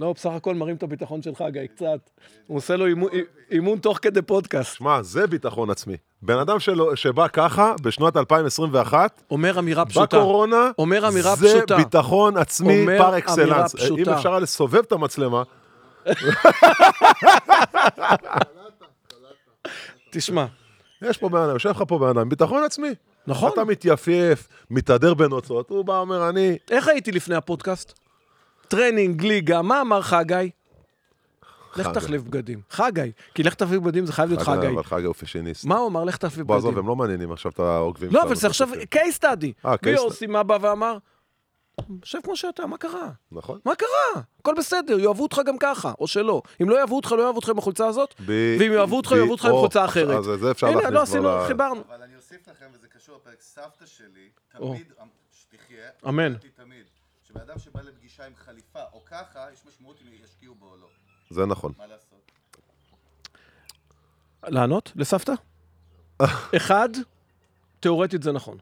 S4: לא, בסך הכל מרים את הביטחון של חגי, קצת. הוא עושה לו אימון- אימון תוך כדי פודקאסט.
S5: שמע, זה ביטחון עצמי. בן אדם שלו, שבא ככה, בשנת 2021,
S4: אומר אמירה פשוטה.
S5: בקורונה,
S4: אומר אמירה
S5: זה
S4: פשוטה.
S5: ביטחון עצמי
S4: אומר
S5: פר
S4: אמירה
S5: אקסלנס. אם
S4: פשוטה.
S5: אפשר היה לסובב את המצלמה,
S4: תשמע,
S5: יש פה בן אדם, יושב לך פה בן אדם, ביטחון עצמי.
S4: נכון.
S5: אתה מתייפייף, מתהדר בנוצות, הוא בא, אומר, אני...
S4: איך הייתי לפני הפודקאסט? טרנינג, ליגה, מה אמר חגי? לך תחליף בגדים. חגי. כי לך תחליף בגדים זה חייב להיות חגי.
S5: אבל חגי הוא פשיניסט.
S4: מה הוא אמר? לך תחליף
S5: בוא, עזוב,
S4: בגדים.
S5: הם לא מעניינים עכשיו את העוקבים
S4: לא,
S5: שלנו,
S4: אבל זה עכשיו
S5: בסופר.
S4: case study.
S5: אה,
S4: מי
S5: case study.
S4: אורסי, מה בא ואמר? שב כמו שאתה, מה קרה?
S5: נכון.
S4: מה קרה? הכל בסדר, יאהבו אותך גם ככה, או שלא. אם לא יאהבו אותך, לא יאהבו אותך עם החולצה הזאת,
S5: ב-
S4: ואם יאהבו אותך,
S5: ב-
S4: יאהבו אותך עם
S5: או,
S4: חולצה
S5: עכשיו,
S4: אחרת.
S5: אז זה אפשר
S4: הנה,
S5: להכניס
S4: לא
S5: כבר
S4: עשינו,
S5: ל-
S4: חיברנו.
S6: אבל אני אוסיף לכם, וזה קשור לפרק, סבתא שלי, תמיד, אמ- שתחיה,
S4: אמן.
S6: אמרתי תמיד, שבן אדם שבא לפגישה עם חליפה או ככה, יש משמעות אם ישקיעו בו או לא.
S5: זה נכון.
S6: מה לעשות?
S4: לענות לסבתא? אחד, תיאורטית זה נכון.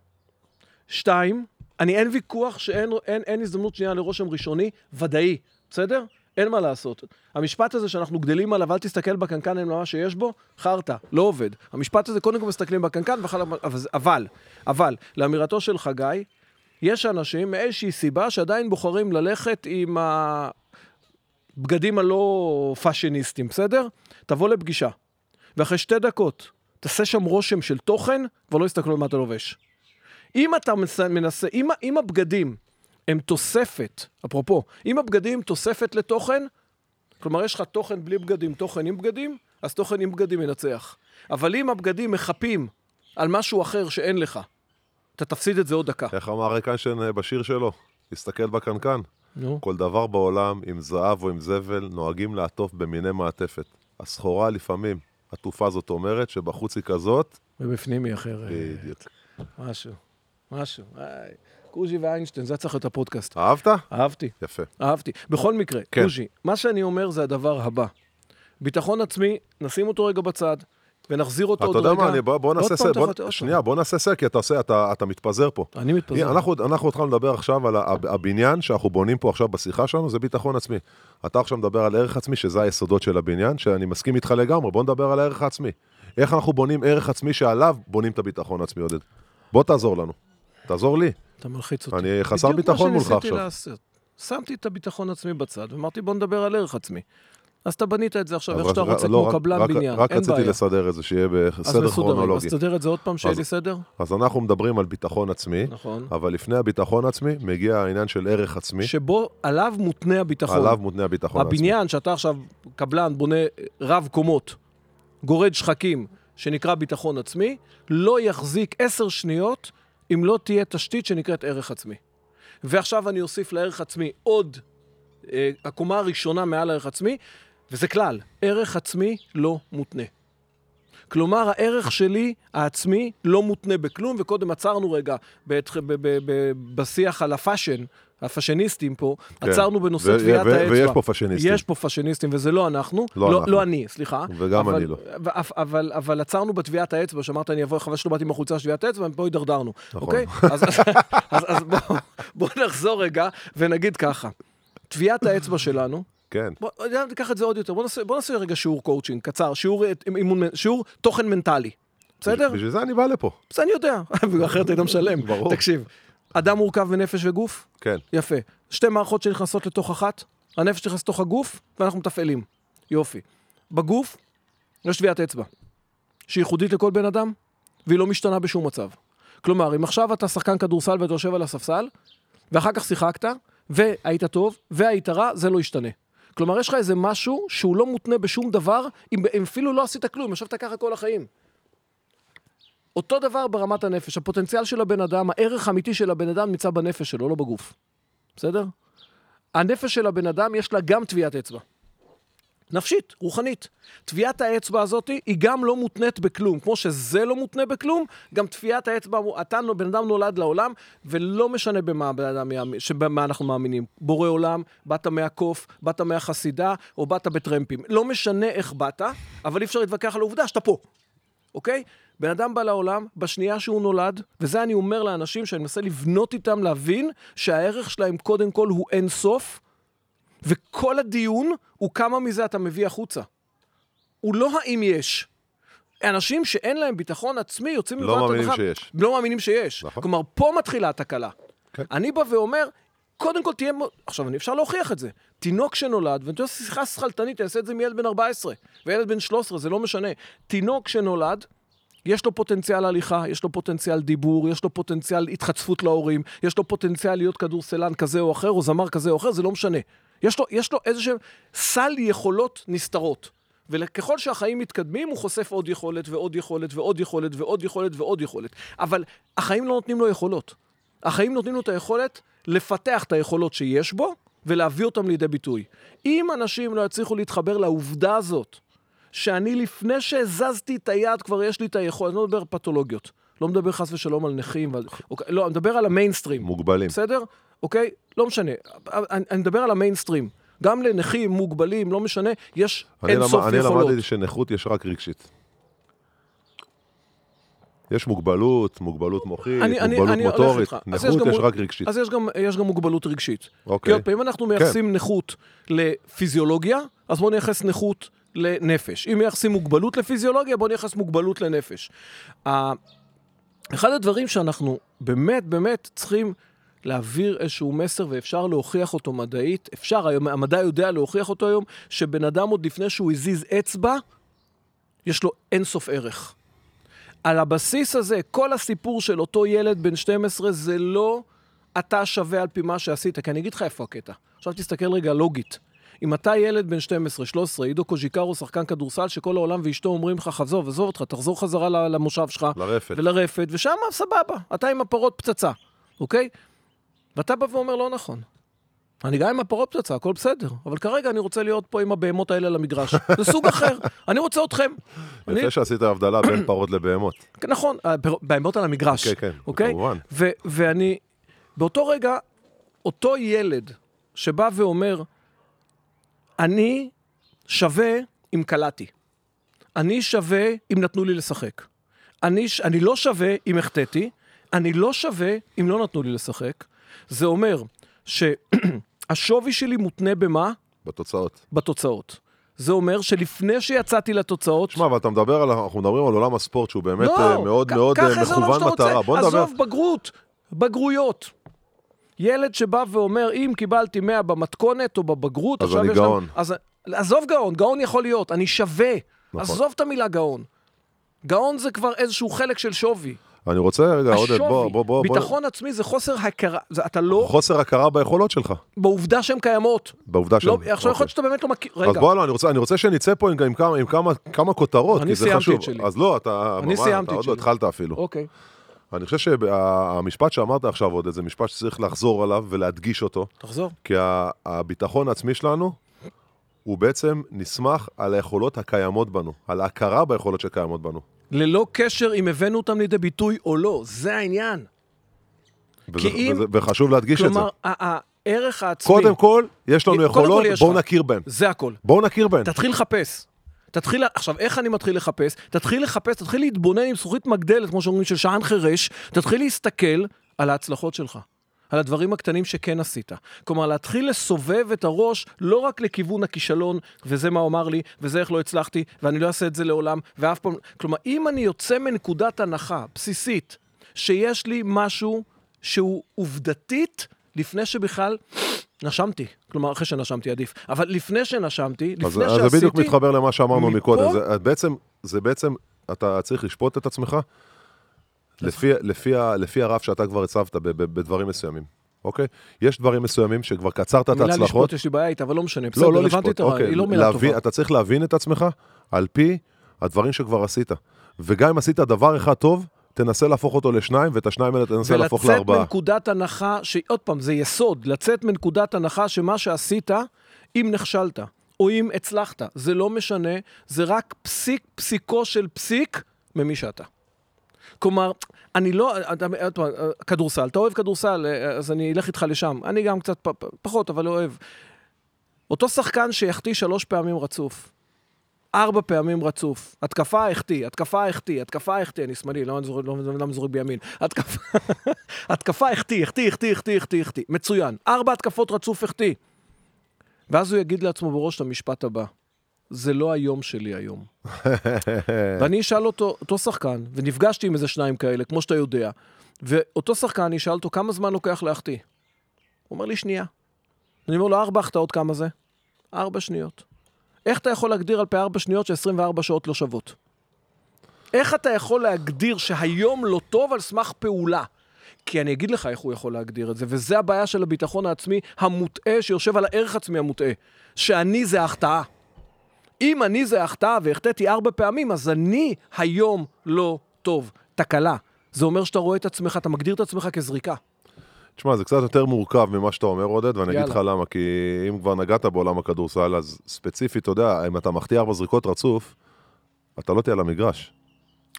S4: שתיים, אני אין ויכוח שאין אין, אין הזדמנות שנייה לרושם ראשוני, ודאי, בסדר? אין מה לעשות. המשפט הזה שאנחנו גדלים עליו, אל תסתכל בקנקן אלא מה שיש בו, חרטא, לא עובד. המשפט הזה, קודם כל מסתכלים בקנקן, ואחר כך... אבל, אבל, לאמירתו של חגי, יש אנשים מאיזושהי סיבה שעדיין בוחרים ללכת עם הבגדים הלא פאשיניסטים, בסדר? תבוא לפגישה. ואחרי שתי דקות תעשה שם רושם של תוכן, כבר לא יסתכלו על מה אתה לובש. אם אתה מס- מנסה, אם, ה- אם הבגדים הם תוספת, אפרופו, אם הבגדים הם תוספת לתוכן, כלומר יש לך תוכן בלי בגדים, תוכן עם בגדים, אז תוכן עם בגדים ינצח. אבל אם הבגדים מחפים על משהו אחר שאין לך, אתה תפסיד את זה עוד דקה.
S5: איך אמר אריק איינשטיין אה, בשיר שלו? תסתכל בקנקן.
S4: נו.
S5: כל דבר בעולם, עם זהב או עם זבל, נוהגים לעטוף במיני מעטפת. הסחורה לפעמים, עטופה זאת אומרת, שבחוץ היא כזאת,
S4: ובפנים היא אחרת.
S5: בדיוק.
S4: משהו, משהו. איי, קוז'י ואיינשטיין, זה צריך להיות הפודקאסט.
S5: אהבת?
S4: אהבתי.
S5: יפה.
S4: אהבתי. בכל מקרה,
S5: כן.
S4: קוז'י, מה שאני אומר זה הדבר הבא. ביטחון עצמי, נשים אותו רגע בצד, ונחזיר אותו עוד
S5: אתה
S4: רגע.
S5: יודע מה, אני- בוא בוא
S4: עוד
S5: נעשה
S4: פעם
S5: סדר,
S4: תחת- עוד
S5: בוא-
S4: פעם.
S5: שנייה, בוא נעשה סדר, כי אתה עושה, אתה אתה מתפזר פה.
S4: אני
S5: הנה,
S4: מתפזר.
S5: אנחנו, אנחנו התחלנו לדבר עכשיו על ה- הבניין שאנחנו בונים פה עכשיו בשיחה שלנו, זה ביטחון עצמי. אתה עכשיו מדבר על ערך עצמי, שזה היסודות של הבניין, שאני מסכים איתך לגמרי, בוא נדבר על הערך העצמי. איך אנחנו בונים ערך עצמי שעליו בונים את הביטחון העצמי, עודד? בוא תעזור לנו. תעזור לי.
S4: אתה מלחיץ אותי.
S5: אני חסר ביטחון מולך
S4: בדיוק
S5: עכשיו.
S4: מה שניסיתי לעשות. שמתי את הביטחון עצמי בצד, ואמרתי בוא נדבר על ערך עצמי. אז אתה בנית את זה עכשיו איך
S5: אבל
S4: שאתה
S5: רק-
S4: רוצה,
S5: לא,
S4: כמו
S5: רק-
S4: קבלן
S5: רק-
S4: בניין,
S5: רק
S4: אין
S5: רציתי
S4: בעיה.
S5: לסדר את זה, שיהיה
S4: אז
S5: בסדר
S4: מסודרים,
S5: כרונולוגי.
S4: אז תסדר את זה עוד פעם, שיהיה
S5: אז-
S4: לי סדר.
S5: אז אנחנו מדברים על ביטחון עצמי,
S4: נכון.
S5: אבל לפני הביטחון עצמי מגיע העניין של ערך עצמי,
S4: שבו עליו מותנה הביטחון.
S5: עליו מותנה הביטחון העצמי.
S4: הבניין שאתה עכשיו, קבלן, בונה רב קומות, גורד שחקים, שנקרא ביטחון עצמי, לא יחזיק עשר שניות אם לא תהיה תשתית שנקראת ערך עצמי. ועכשיו אני אוסיף לערך עצמי עוד, אה, הקומה הראשונה מעל הערך עצמי, וזה כלל, ערך עצמי לא מותנה. כלומר, הערך שלי, העצמי, לא מותנה בכלום, וקודם עצרנו רגע בעת, ב, ב, ב, בשיח על הפאשן, הפאשיניסטים פה,
S5: כן.
S4: עצרנו בנושא
S5: ו-
S4: טביעת
S5: ו-
S4: האצבע.
S5: ויש פה פאשיניסטים.
S4: יש פה פאשיניסטים, וזה לא אנחנו.
S5: לא
S4: לא,
S5: אנחנו.
S4: לא אני, סליחה.
S5: וגם
S4: אבל,
S5: אני לא.
S4: אבל, אבל, אבל עצרנו בטביעת האצבע, שאמרת, אני אבוא, חבל שלא באתי עם החולצה של טביעת האצבע, ופה הידרדרנו. נכון. אוקיי? אז, אז, אז, אז בואו בוא נחזור רגע ונגיד ככה. טביעת האצבע שלנו,
S5: כן.
S4: בוא, אתה יודע, ניקח את זה עוד יותר, בוא נעשה, בוא נעשה רגע שיעור קואוצ'ינג קצר, שיעור, אה, אימון, שיעור תוכן מנטלי, בסדר?
S5: בשביל זה אני בא לפה.
S4: אז אני יודע, אחרת היית משלם.
S5: ברור.
S4: תקשיב, אדם מורכב מנפש וגוף,
S5: כן.
S4: יפה. שתי מערכות שנכנסות לתוך אחת, הנפש נכנסת לתוך הגוף, ואנחנו מתפעלים. יופי. בגוף יש טביעת אצבע, שהיא ייחודית לכל בן אדם, והיא לא משתנה בשום מצב. כלומר, אם עכשיו אתה שחקן כדורסל ואתה יושב על הספסל, ואחר כך שיחקת, והיית טוב, והיית רע, זה לא ישתנה. כלומר, יש לך איזה משהו שהוא לא מותנה בשום דבר, אם, אם אפילו לא עשית כלום, ישבת ככה כל החיים. אותו דבר ברמת הנפש, הפוטנציאל של הבן אדם, הערך האמיתי של הבן אדם נמצא בנפש שלו, לא בגוף. בסדר? הנפש של הבן אדם יש לה גם טביעת אצבע. נפשית, רוחנית. טביעת האצבע הזאת היא גם לא מותנית בכלום. כמו שזה לא מותנה בכלום, גם טביעת האצבע, אתה, בן אדם נולד לעולם, ולא משנה במה, בן אדם, יאמין- שבמה אנחנו מאמינים. בורא עולם, באת מהקוף, באת מהחסידה, או באת בטרמפים. לא משנה איך באת, אבל אי אפשר להתווכח על העובדה שאתה פה. אוקיי? בן אדם בא לעולם, בשנייה שהוא נולד, וזה אני אומר לאנשים שאני מנסה לבנות איתם להבין שהערך שלהם קודם כל הוא אין סוף, וכל הדיון הוא כמה מזה אתה מביא החוצה. הוא לא האם יש. אנשים שאין להם ביטחון עצמי יוצאים
S5: לא
S4: מנקודת
S5: מאמינים
S4: הנחה-
S5: שיש.
S4: לא מאמינים שיש.
S5: נכון.
S4: כלומר, פה מתחילה התקלה.
S5: כן.
S4: אני בא ואומר, קודם כל תהיה... מ- עכשיו, אני אפשר להוכיח את זה. תינוק שנולד, ואני עושה שיחה שכלתנית, אני אעשה את זה עם ילד בן 14, וילד בן 13, זה לא משנה. תינוק שנולד, יש לו פוטנציאל הליכה, יש לו פוטנציאל דיבור, יש לו פוטנציאל התחצפות להורים, יש לו פוטנציאל להיות כדורסלן כזה או אחר, או זמר כזה או אחר, זה לא משנה. יש לו, יש לו איזה שהם סל יכולות נסתרות. וככל שהחיים מתקדמים, הוא חושף עוד יכולת ועוד יכולת ועוד יכולת ועוד יכולת ועוד יכולת. אבל החיים לא נותנים לו יכולות. החיים נותנים לו את היכולת לפתח את היכולות שיש בו ולהביא אותם לידי ביטוי. אם אנשים לא יצליחו להתחבר לעובדה הזאת, שאני לפני שהזזתי את היד, כבר יש לי את היכולת, אני לא מדבר על פתולוגיות, לא מדבר חס ושלום על נכים, ועל- אוקיי, לא, אני מדבר על המיינסטרים.
S5: מוגבלים.
S4: בסדר? אוקיי? לא משנה. אני, אני מדבר על המיינסטרים. גם לנכים, מוגבלים, לא משנה, יש
S5: אני,
S4: אין
S5: למ...
S4: סוף
S5: אני
S4: יכולות.
S5: למדתי שנכות יש רק רגשית. יש מוגבלות, מוגבלות מוחית,
S4: אני- אני-
S5: מוגבלות
S4: אני הולך
S5: מוטורית,
S4: איתך. אז
S5: נכות
S4: גם
S5: יש
S4: מוג-
S5: רק רגשית.
S4: אז יש גם, יש גם מוגבלות רגשית.
S5: אוקיי.
S4: כי עוד פעם, אם אנחנו מייחסים נכות לפיזיולוגיה, אז בואו נייחס נכות לנפש. אם מייחסים מוגבלות לפיזיולוגיה, בואו נייחס מוגבלות לנפש. ה- אחד הדברים שאנחנו באמת באמת צריכים להעביר איזשהו מסר ואפשר להוכיח אותו מדעית, אפשר, היום- המדע יודע להוכיח אותו היום, שבן אדם עוד לפני שהוא הזיז אצבע, יש לו אינסוף ערך. על הבסיס הזה, כל הסיפור של אותו ילד בן 12 זה לא אתה שווה על פי מה שעשית, כי אני אגיד לך איפה הקטע. עכשיו תסתכל רגע לוגית. אם אתה ילד בן 12, 13, עידו קוז'יקרו, שחקן כדורסל, שכל העולם ואשתו אומרים לך, חזוב, עזוב אותך, תחזור חזרה ל- למושב שלך.
S5: לרפת.
S4: ולרפת, ושם סבבה, אתה עם הפרות פצצה, אוקיי? ואתה בא ואומר, לא נכון. אני גם עם הפרות פצצה, הכל בסדר, אבל כרגע אני רוצה להיות פה עם הבהמות האלה על המגרש. זה סוג אחר, אני רוצה אתכם. אני-
S5: יפה שעשית הבדלה בין פרות לבהמות.
S4: נכון, הפר- בהמות על המגרש.
S5: כן, כן,
S4: אוקיי?
S5: כמובן.
S4: ו- ואני, באותו רגע, אותו ילד שבא ואומר, אני שווה אם קלעתי. אני שווה אם נתנו לי לשחק. אני, ש- אני לא שווה אם החטאתי, אני לא שווה אם לא נתנו לי לשחק. זה אומר שהשווי שלי מותנה במה?
S5: בתוצאות.
S4: בתוצאות. זה אומר שלפני שיצאתי לתוצאות...
S5: תשמע, אבל אתה מדבר על, אנחנו מדברים על עולם הספורט שהוא באמת
S4: לא,
S5: אה, מאוד
S4: כ-
S5: מאוד
S4: ככה
S5: אה,
S4: זה עולם
S5: מכוון
S4: שאתה רוצה.
S5: מטרה. בוא נדבר.
S4: עזוב בגרות, בגרויות. ילד שבא ואומר, אם קיבלתי 100 במתכונת או בבגרות,
S5: אז
S4: עכשיו
S5: אני
S4: יש להם-
S5: גאון.
S4: אז, עזוב גאון, גאון יכול להיות, אני שווה.
S5: נכון.
S4: עזוב את המילה גאון. גאון זה כבר איזשהו חלק של שווי.
S5: אני רוצה רגע, עודד,
S4: השווי,
S5: בוא, בוא, בוא. בוא-
S4: ביטחון עצמי זה חוסר הכרה, זה, אתה לא,
S5: חוסר הכרה ביכולות שלך,
S4: בעובדה שהן קיימות.
S5: בעובדה
S4: לא,
S5: שאני-
S4: עכשיו יכול
S5: אוקיי.
S4: להיות שאתה באמת לא מכיר,
S5: אז
S4: רגע,
S5: בוא, לא, אני רוצה, אני רוצה שנצא פה עם, עם, כמה, עם כמה, כמה כותרות,
S4: אני
S5: כי זה
S4: סיימתי
S5: חשוב.
S4: את שלי.
S5: אז לא, אתה,
S4: אני
S5: ממש,
S4: סיימתי
S5: אתה
S4: את
S5: עוד
S4: שלי.
S5: לא התחלת אפילו.
S4: אוקיי.
S5: אני חושב שהמשפט שאמרת עכשיו, עודד, זה משפט שצריך לחזור עליו ולהדגיש אותו,
S4: תחזור.
S5: כי ה- הביטחון העצמי שלנו, הוא בעצם נסמך על היכולות הקיימות בנו, על ההכרה ביכולות שקיימות בנו.
S4: ללא קשר אם הבאנו אותם לידי ביטוי או לא, זה העניין.
S5: וזה,
S4: כי אם-
S5: וזה, וחשוב להדגיש
S4: כלומר,
S5: את זה.
S4: ה- ה- הערך העצמי,
S5: קודם כל, יש לנו
S4: קודם
S5: יכולות,
S4: כל יש
S5: בואו
S4: לך.
S5: נכיר בהן.
S4: זה הכל.
S5: בואו נכיר בהן.
S4: תתחיל לחפש. תתחיל, עכשיו, איך אני מתחיל לחפש? תתחיל לחפש, תתחיל להתבונן עם זכוכית מגדלת, כמו שאומרים, של שען חירש, תתחיל להסתכל על ההצלחות שלך, על הדברים הקטנים שכן עשית. כלומר, להתחיל לסובב את הראש לא רק לכיוון הכישלון, וזה מה הוא אמר לי, וזה איך לא הצלחתי, ואני לא אעשה את זה לעולם, ואף פעם... כלומר, אם אני יוצא מנקודת הנחה בסיסית, שיש לי משהו שהוא עובדתית, לפני שבכלל נשמתי, כלומר אחרי שנשמתי עדיף, אבל לפני שנשמתי, לפני
S5: אז,
S4: שעשיתי...
S5: אז זה בדיוק מתחבר למה שאמרנו
S4: מפה-
S5: מקודם. זה בעצם, זה בעצם, אתה צריך לשפוט את עצמך לפי, לפי, ה- לפי הרף שאתה כבר הצבת ב, ב, בדברים מסוימים, אוקיי? יש דברים מסוימים שכבר קצרת את
S4: המילה לשפוט
S5: ההצלחות.
S4: יש לי בעיה איתה, אבל לא משנה, בסדר,
S5: לא, לא
S4: הבנתי
S5: לשפוט,
S4: את הרעיון,
S5: אוקיי.
S4: היא לא מילה
S5: להבין-
S4: טובה.
S5: אתה צריך להבין את עצמך על פי הדברים שכבר עשית. וגם אם עשית דבר אחד טוב, תנסה להפוך אותו לשניים, ואת השניים האלה תנסה להפוך
S4: ולצאת
S5: לארבעה.
S4: מנקודת הנחה, שעוד פעם, זה יסוד, לצאת מנקודת הנחה שמה שעשית, אם נכשלת, או אם הצלחת, זה לא משנה, זה רק פסיק פסיקו של פסיק ממי שאתה. כלומר, אני לא, אתה, עוד פעם, כדורסל, אתה אוהב כדורסל, אז אני אלך איתך לשם. אני גם קצת פ, פ, פחות, אבל אוהב. אותו שחקן שיחטיא שלוש פעמים רצוף, ארבע פעמים רצוף, התקפה החטיא, התקפה החטיא, התקפה החטיא, אני שמאלי, למה אני זורק- לא מבין למה זורק בימין? התקפה- התקפה החטיא, החטיא, החטיא, החטיא, החטיא, החטיא, מצוין. ארבע התקפות רצוף החטיא. ואז הוא יגיד לעצמו בראש את המשפט הבא, זה לא היום שלי היום. ואני אשאל אותו, אותו שחקן, ונפגשתי עם איזה שניים כאלה, כמו שאתה יודע, ואותו שחקן, אני אשאל אותו, כמה זמן לוקח להחטיא? הוא אומר לי, שנייה. אני אומר לו, ארבע החטאות כמה זה? ארבע שניות. איך אתה יכול להגדיר על פי ארבע שניות ש-24 שעות לא שוות? איך אתה יכול להגדיר שהיום לא טוב על סמך פעולה? כי אני אגיד לך איך הוא יכול להגדיר את זה, וזה הבעיה של הביטחון העצמי המוטעה, שיושב על הערך עצמי המוטעה. שאני זה ההחטאה. אם אני זה ההחטאה והחטאתי ארבע פעמים, אז אני היום לא טוב. תקלה. זה אומר שאתה רואה את עצמך, אתה מגדיר את עצמך כזריקה.
S5: תשמע, זה קצת יותר מורכב ממה שאתה אומר, עודד, ואני אגיד לך
S4: יאללה.
S5: למה, כי אם כבר נגעת בעולם הכדורסל, אז ספציפית, אתה יודע, אם אתה מחטיא ארבע זריקות רצוף, אתה לא תהיה על המגרש.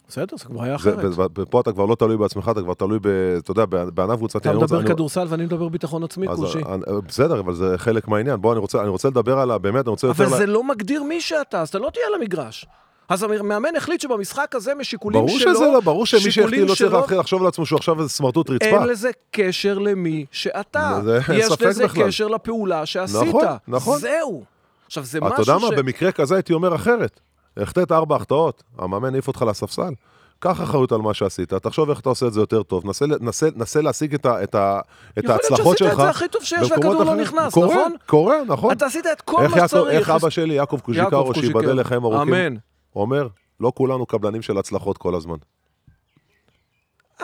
S4: בסדר, זה כבר היה
S5: זה-
S4: אחרת.
S5: ו- ופה אתה כבר לא תלוי בעצמך, אתה כבר תלוי, ב, אתה יודע, בענף קבוצתי.
S4: אתה
S5: אני רוצה-
S4: מדבר
S5: אני-
S4: כדורסל ואני מדבר ביטחון עצמי,
S5: אז
S4: קושי.
S5: אני- בסדר, אבל זה חלק מהעניין. בוא, אני רוצה, אני רוצה לדבר על ה... באמת, אני רוצה יותר...
S4: אבל
S5: ל-
S4: זה לא מגדיר מי שאתה, אז אתה לא תהיה על המגרש. אז המאמן החליט שבמשחק הזה, משיקולים
S5: ברור
S4: שלו,
S5: שזה לא, ברור שמי
S4: שיקולים
S5: שהחטיא לא צריך
S4: שלו,
S5: להתחיל לחשוב על עצמו שהוא עכשיו איזה סמרטוט רצפה. לא,
S4: אין לזה קשר למי שאתה.
S5: זה- אין
S4: יש
S5: ספק
S4: לזה
S5: בכלל.
S4: קשר לפעולה שעשית.
S5: נכון, נכון.
S4: זהו. עכשיו, זה
S5: אתה
S4: משהו
S5: יודע מה,
S4: ש...
S5: במקרה כזה הייתי אומר אחרת. החטאת ארבע החטאות, המאמן העיף אותך לספסל. קח אחריות על מה שעשית, תחשוב איך אתה עושה את זה יותר טוב, נסה, נסה, נסה להשיג את, ה, את, ה, את
S4: יכול להיות
S5: ההצלחות שלך.
S4: שעשית את זה הכי טוב שיש
S5: במקומות
S4: והכדור לא
S5: אחרים.
S4: נכנס,
S5: קורה,
S4: נכון?
S5: קורה, נכון.
S4: אתה עשית את כל
S5: איך
S4: מה
S5: יעקב-
S4: שצריך.
S5: איך אבא שלי, יעקב קוז'יקרו,
S4: קוז'יקרו.
S5: שייבדל לחיים ארוכים,
S4: אמן.
S5: אומר, לא כולנו קבלנים של הצלחות כל הזמן.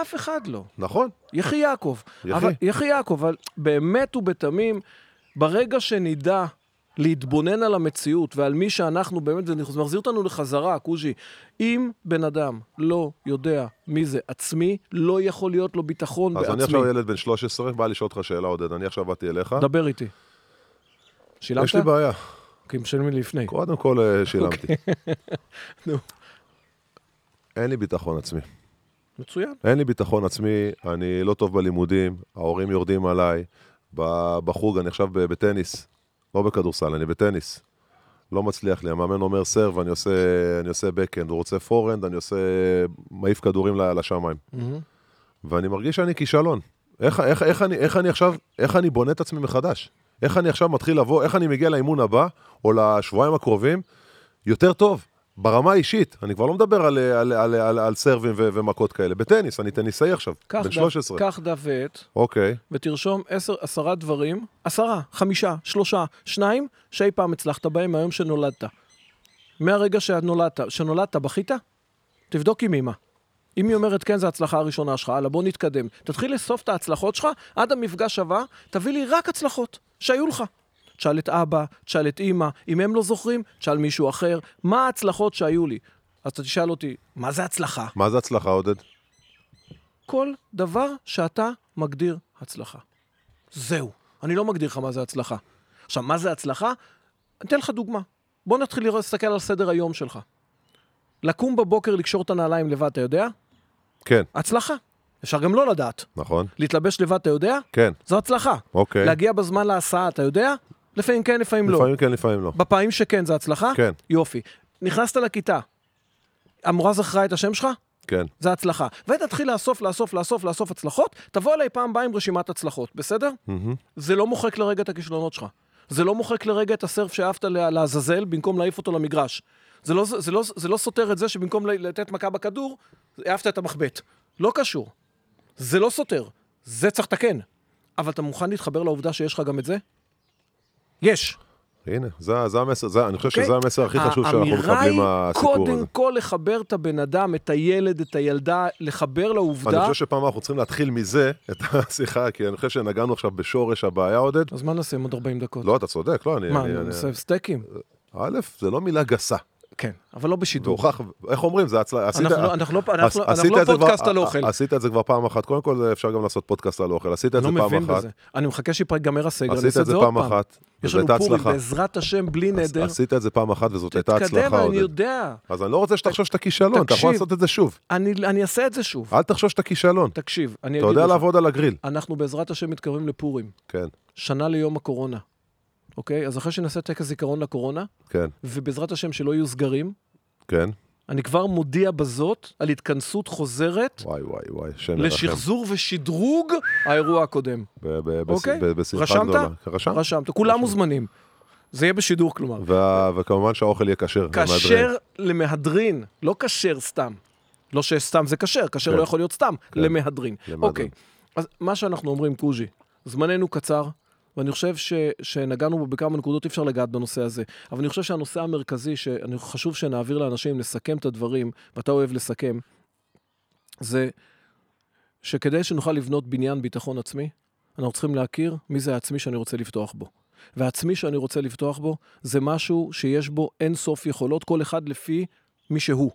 S4: אף אחד לא.
S5: נכון,
S4: יחי יעקב.
S5: יחי.
S4: אבל- יחי יעקב, אבל באמת ובתמים, ברגע שנדע להתבונן על המציאות ועל מי שאנחנו באמת, זה מחזיר אותנו לחזרה, קוז'י. אם בן אדם לא יודע מי זה עצמי, לא יכול להיות לו ביטחון
S5: אז
S4: בעצמי.
S5: אני עכשיו ילד בן 13, בא לשאול אותך שאלה, עודד, אני עכשיו באתי אליך,
S4: דבר איתי. שילמת?
S5: יש לי בעיה.
S4: כי משלמים לי לפני.
S5: קודם כל אה, שילמתי.
S4: נו.
S5: אין לי ביטחון עצמי.
S4: מצוין.
S5: אין לי ביטחון עצמי, אני לא טוב בלימודים, ההורים יורדים עליי, ב- בחוג אני עכשיו ב- בטניס, לא בכדורסל, אני בטניס. לא מצליח לי, המאמן אומר סרב, אני עושה, אני עושה בקאנד, הוא רוצה פורנד, אני עושה, מעיף כדורים ל- לשמיים. ואני מרגיש שאני כישלון. איך, איך, איך, אני, איך אני עכשיו, איך אני בונה את עצמי מחדש? איך אני עכשיו מתחיל לבוא, איך אני מגיע לאימון הבא, או לשבועיים הקרובים, יותר טוב, ברמה האישית. אני כבר לא מדבר על, על, על, על, על סרבים ו, ומכות כאלה. בטניס, אני טניסאי עכשיו,
S4: קח
S5: בן
S4: דף-
S5: 13.
S4: קח דף ועט,
S5: אוקיי,
S4: ותרשום עשר, עשרה דברים, עשרה, חמישה, שלושה, שניים, שאי פעם הצלחת בהם מהיום שנולדת. מהרגע שנולדת, שנולדת בכית, תבדוק עם אמא. אם היא אומרת כן, זו ההצלחה הראשונה שלך, הלאה, בוא נתקדם. תתחיל לאסוף את ההצלחות שלך, עד המפגש הבא, תביא לי רק הצלחות שהיו לך. תשאל את אבא, תשאל את אימא, אם הם לא זוכרים, תשאל מישהו אחר, מה ההצלחות שהיו לי? אז אתה תשאל אותי, מה זה הצלחה?
S5: מה זה הצלחה, עודד?
S4: כל דבר שאתה מגדיר הצלחה. זהו. אני לא מגדיר לך מה זה הצלחה. עכשיו, מה זה הצלחה? אני אתן לך דוגמה. בוא נתחיל לראות- להסתכל על סדר היום שלך. לקום בבוקר לקשור את הנעליים לבד, אתה יודע?
S5: כן,
S4: הצלחה. אפשר גם לא לדעת.
S5: נכון,
S4: להתלבש לבד, אתה יודע?
S5: כן,
S4: זו הצלחה.
S5: אוקיי.
S4: להגיע בזמן להסעה, אתה יודע? לפעמים כן, לפעמים לא.
S5: לפעמים כן, לפעמים לא.
S4: בפעמים שכן, זו הצלחה?
S5: כן.
S4: יופי. נכנסת לכיתה, המורה זכרה את השם שלך?
S5: כן,
S4: זה הצלחה. ותתחיל לאסוף, לאסוף, לאסוף, לאסוף הצלחות, תבוא אליי פעם הבאה עם רשימת הצלחות, בסדר? זה לא מוחק לרגע את הכישלונות שלך. זה לא מוחק לרגע את הסרף שאהבת לה- לעזאזל במקום להעיף אותו למגרש. זה לא, זה, לא, זה לא סותר את זה שבמקום ל- לתת מכה בכדור, העפת את המחבט. לא קשור. זה לא סותר. זה צריך לתקן. אבל אתה מוכן להתחבר לעובדה שיש לך גם את זה? יש.
S5: הנה, זה, זה המסר, זה, אני חושב
S4: אוקיי?
S5: שזה המסר הכי חשוב שאנחנו מקבלים מהסיפור
S4: האמירה
S5: הזה.
S4: היא קודם כל לחבר את הבן אדם, את הילד, את הילדה, לחבר
S5: אני
S4: לעובדה.
S5: חושב שפעם אנחנו צריכים להתחיל מזה את השיחה, כי אני חושב שנגענו עכשיו בשורש הבעיה, עודד.
S4: אז מה נעשה עם עוד 40 דקות?
S5: לא, אתה צודק, לא, אני...
S4: מה,
S5: אני- אני-
S4: נעשה סטייקים?
S5: א', זה לא מילה גסה.
S4: כן, אבל לא בשידור.
S5: והוכח, איך אומרים, זה הצלחה.
S4: אנחנו לא- אנחנו לא- אנחנו לא- אנחנו לא פודקאסט על אוכל.
S5: עשית את זה כבר פעם אחת. קודם כל, אפשר גם לעשות פודקאסט על אוכל. עשית את זה
S4: לא
S5: פעם
S4: מבין
S5: אחת.
S4: בזה. אני מחכה שיגמר הסגר, אני
S5: עשית
S4: אעשה
S5: את זה פעם אחת.
S4: יש
S5: וזו
S4: לנו
S5: הייתה
S4: פורים,
S5: הצלחה.
S4: בעזרת השם, בלי
S5: עש-
S4: נדר.
S5: עשית את זה פעם אחת, וזאת הייתה
S4: תתקדם,
S5: הצלחה,
S4: אני
S5: עודד.
S4: יודע.
S5: אז אני לא רוצה שתחשוב שאתה כישלון, אתה
S4: תקשיב.
S5: יכול לעשות את זה שוב.
S4: אני אני אעשה את זה שוב.
S5: אל תחשוב שאתה כישלון.
S4: תקשיב, אני
S5: אה. אתה
S4: אגיד
S5: יודע
S4: לך.
S5: לעבוד על הגריל.
S4: אנחנו בעזרת השם מתקרבים לפורים.
S5: כן,
S4: שנה ליום הקורונה, אוקיי? אז אחרי שנעשה טקס זיכרון לקורונה,
S5: כן,
S4: ובעזרת השם שלא יהיו סגרים,
S5: כן.
S4: אני כבר מודיע בזאת על התכנסות חוזרת
S5: וואי, וואי, וואי, שם ירחם.
S4: לשחזור ושדרוג האירוע הקודם.
S5: ב- ב- בש-
S4: אוקיי?
S5: ב- בשמחה
S4: רשמת?
S5: גדולה. רשמתי.
S4: רשמת, כולם מוזמנים. זה יהיה בשידור כלומר.
S5: וה- וכמובן שהאוכל יהיה כשר.
S4: כשר למהדרין, לא כשר סתם. לא שסתם זה כשר, כשר
S5: כן.
S4: לא יכול להיות סתם, למהדרין.
S5: למהדרין.
S4: אוקיי, אז מה שאנחנו אומרים, קוז'י, זמננו קצר, ואני חושב ש, שנגענו בו בכמה נקודות, אי אפשר לגעת בנושא הזה, אבל אני חושב שהנושא המרכזי, שחשוב שנעביר לאנשים, נסכם את הדברים, ואתה אוהב לסכם, זה שכדי שנוכל לבנות בניין ביטחון עצמי, אנחנו צריכים להכיר מי זה העצמי שאני רוצה לפתוח בו. והעצמי שאני רוצה לפתוח בו, זה משהו שיש בו אינסוף יכולות, כל אחד לפי מי שהוא.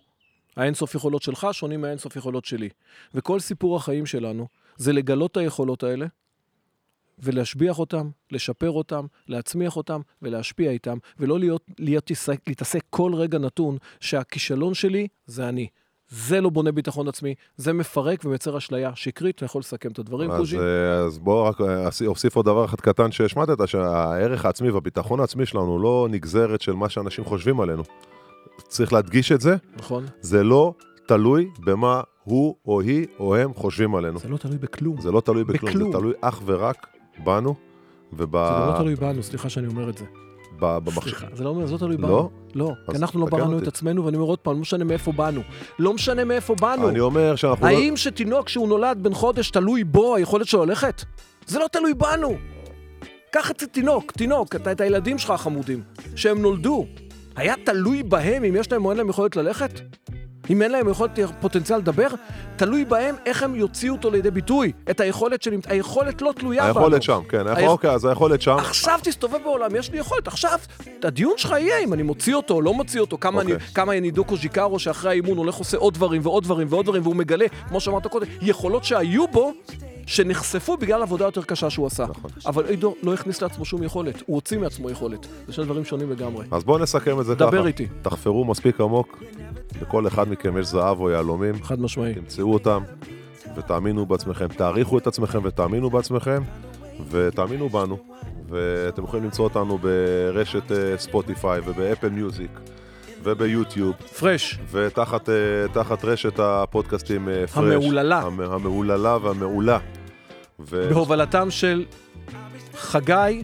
S4: האינסוף יכולות שלך שונים מהאינסוף יכולות שלי. וכל סיפור החיים שלנו זה לגלות את היכולות האלה ולהשביח אותם, לשפר אותם, להצמיח אותם ולהשפיע איתם, ולא להיות, להיות, להתעסק כל רגע נתון שהכישלון שלי זה אני. זה לא בונה ביטחון עצמי, זה מפרק ומייצר אשליה שקרית, אני יכול לסכם את הדברים,
S5: אז,
S4: קוז'י.
S5: אה, אז בוא רק אה, אוסיף- אוסיף עוד דבר אחד קטן שהשמטת, שהערך העצמי והביטחון העצמי שלנו הוא לא נגזרת של מה שאנשים חושבים עלינו. צריך להדגיש את זה,
S4: נכון?
S5: זה לא תלוי במה הוא או היא או הם חושבים עלינו.
S4: זה לא תלוי בכלום.
S5: זה לא תלוי בכלום,
S4: בכלום.
S5: זה תלוי אך ורק בנו
S4: זה גם לא
S5: ובמחשב.
S4: תלוי בנו, סליחה שאני אומר את זה. סליחה, זה לא אומר, זה לא תלוי
S5: לא?
S4: בנו. לא, כי
S5: אז
S4: אנחנו לא
S5: תקן
S4: בראנו
S5: אותי.
S4: את עצמנו, ואני אומר עוד פעם, לא משנה מאיפה באנו. לא משנה מאיפה באנו.
S5: אני אומר שאנחנו לא...
S4: האם שתינוק שהוא נולד בן חודש תלוי בו היכולת שלו ללכת? זה לא תלוי בנו. קח את התינוק, תינוק, אתה את הילדים שלך החמודים, שהם נולדו. היה תלוי בהם אם יש להם או אין להם יכולת ללכת? אם אין להם יכולת, פוטנציאל לדבר? תלוי בהם איך הם יוציאו אותו לידי ביטוי, את היכולת שלהם. היכולת לא תלויה בנו.
S5: היכולת שם, כן, היכול-
S4: היכ-
S5: אוקיי, אז היכולת שם.
S4: עכשיו תסתובב בעולם, יש לי יכולת, עכשיו, הדיון שלך יהיה אם אני מוציא אותו או לא מוציא אותו, כמה, אני,
S5: אוקיי.
S4: כמה נידוקו ז'יקרו שאחרי האימון הולך עושה עוד דברים ועוד דברים ועוד דברים, והוא מגלה, כמו שאמרת קודם, יכולות שהיו בו, שנחשפו בגלל עבודה יותר קשה שהוא עשה. נכון. אבל עידו לא הכניס לעצמו שום יכולת, הוא הוציא מעצמו יכולת. זה שני דברים שונים לגמרי.
S5: אז בואו נסכם את זה ככה.
S4: דבר איתי.
S5: תחפרו מספיק עמוק, לכל אחד מכם יש זהב או יהלומים,
S4: חד משמעי.
S5: תמצאו אותם ותאמינו בעצמכם. תעריכו את עצמכם ותאמינו בעצמכם, ותאמינו בנו. ואתם יכולים למצוא אותנו ברשת אה, ספוטיפיי ובאפל מיוזיק וביוטיוב.
S4: פרש.
S5: ותחת אה, תחת רשת הפודקאסטים אה, פרש.
S4: המהוללה.
S5: המ- המהוללה והמעולה. ו-
S4: בהובלתם של חגי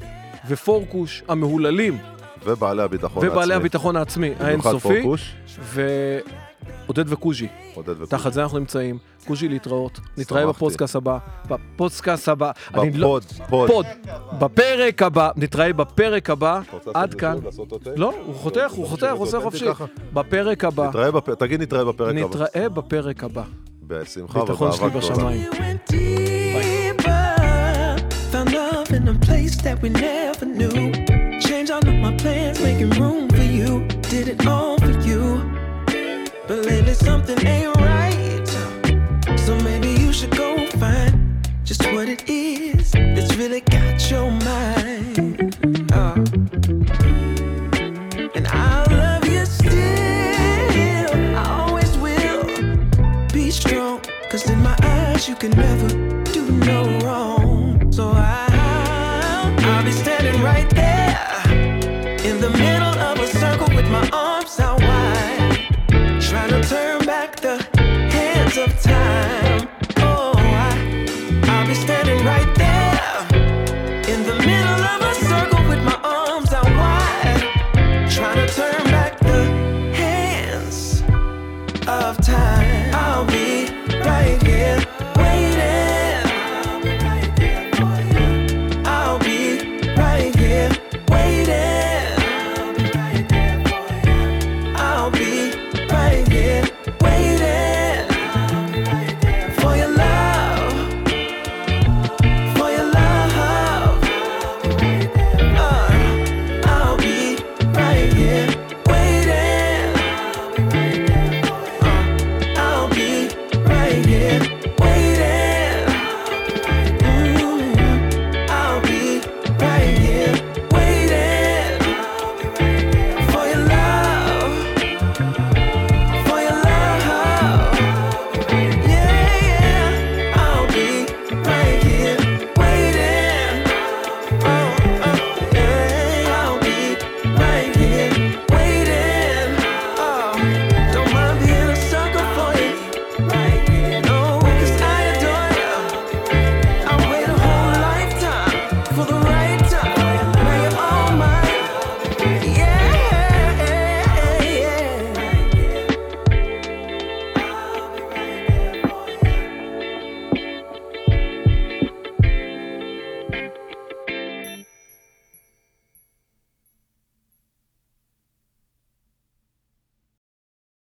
S4: ופורקוש המהוללים,
S5: ובעלי הביטחון העצמי.
S4: ובעלי הביטחון העצמי
S5: במיוחד
S4: האינסופי,
S5: פורקוש,
S4: ועודד וקוז'י.
S5: עודד וקוז'י.
S4: תחת זה אנחנו נמצאים. קוז'י להתראות. נתראה
S5: שמחתי.
S4: בפודקאסט הבא. בפודקאסט הבא. אני לא-
S5: בפוד, פוד.
S4: פוד. בפרק הבא. נתראה בפרק הבא.
S5: אתה רוצה לעשות
S4: עד
S5: את זה
S4: כאן.
S5: שוב, לעשות עוד טייק?
S4: לא, הוא חותך, הוא חותך, הוא עושה
S5: אותנטי
S4: חופשי.
S5: ככה?
S4: בפרק הבא.
S5: נתראה בפ- תגיד נתראה בפרק הבא.
S4: נתראה בפרק הבא.
S5: בשמחה ובאהבה
S4: ביטחון שלי
S5: גדולה.
S4: בשמיים.
S7: went deeper. Found love in a place that we never knew. Change all of my plans, making room for you. Did it all for you. But lately something ain't right. So maybe you should go find just what it is that's really got your mind. Uh. And I love you still. I always will be strong. Cause in my eyes, you can never do no wrong. So I, I'll be standing right there in the middle. Oh, Uh, Uh,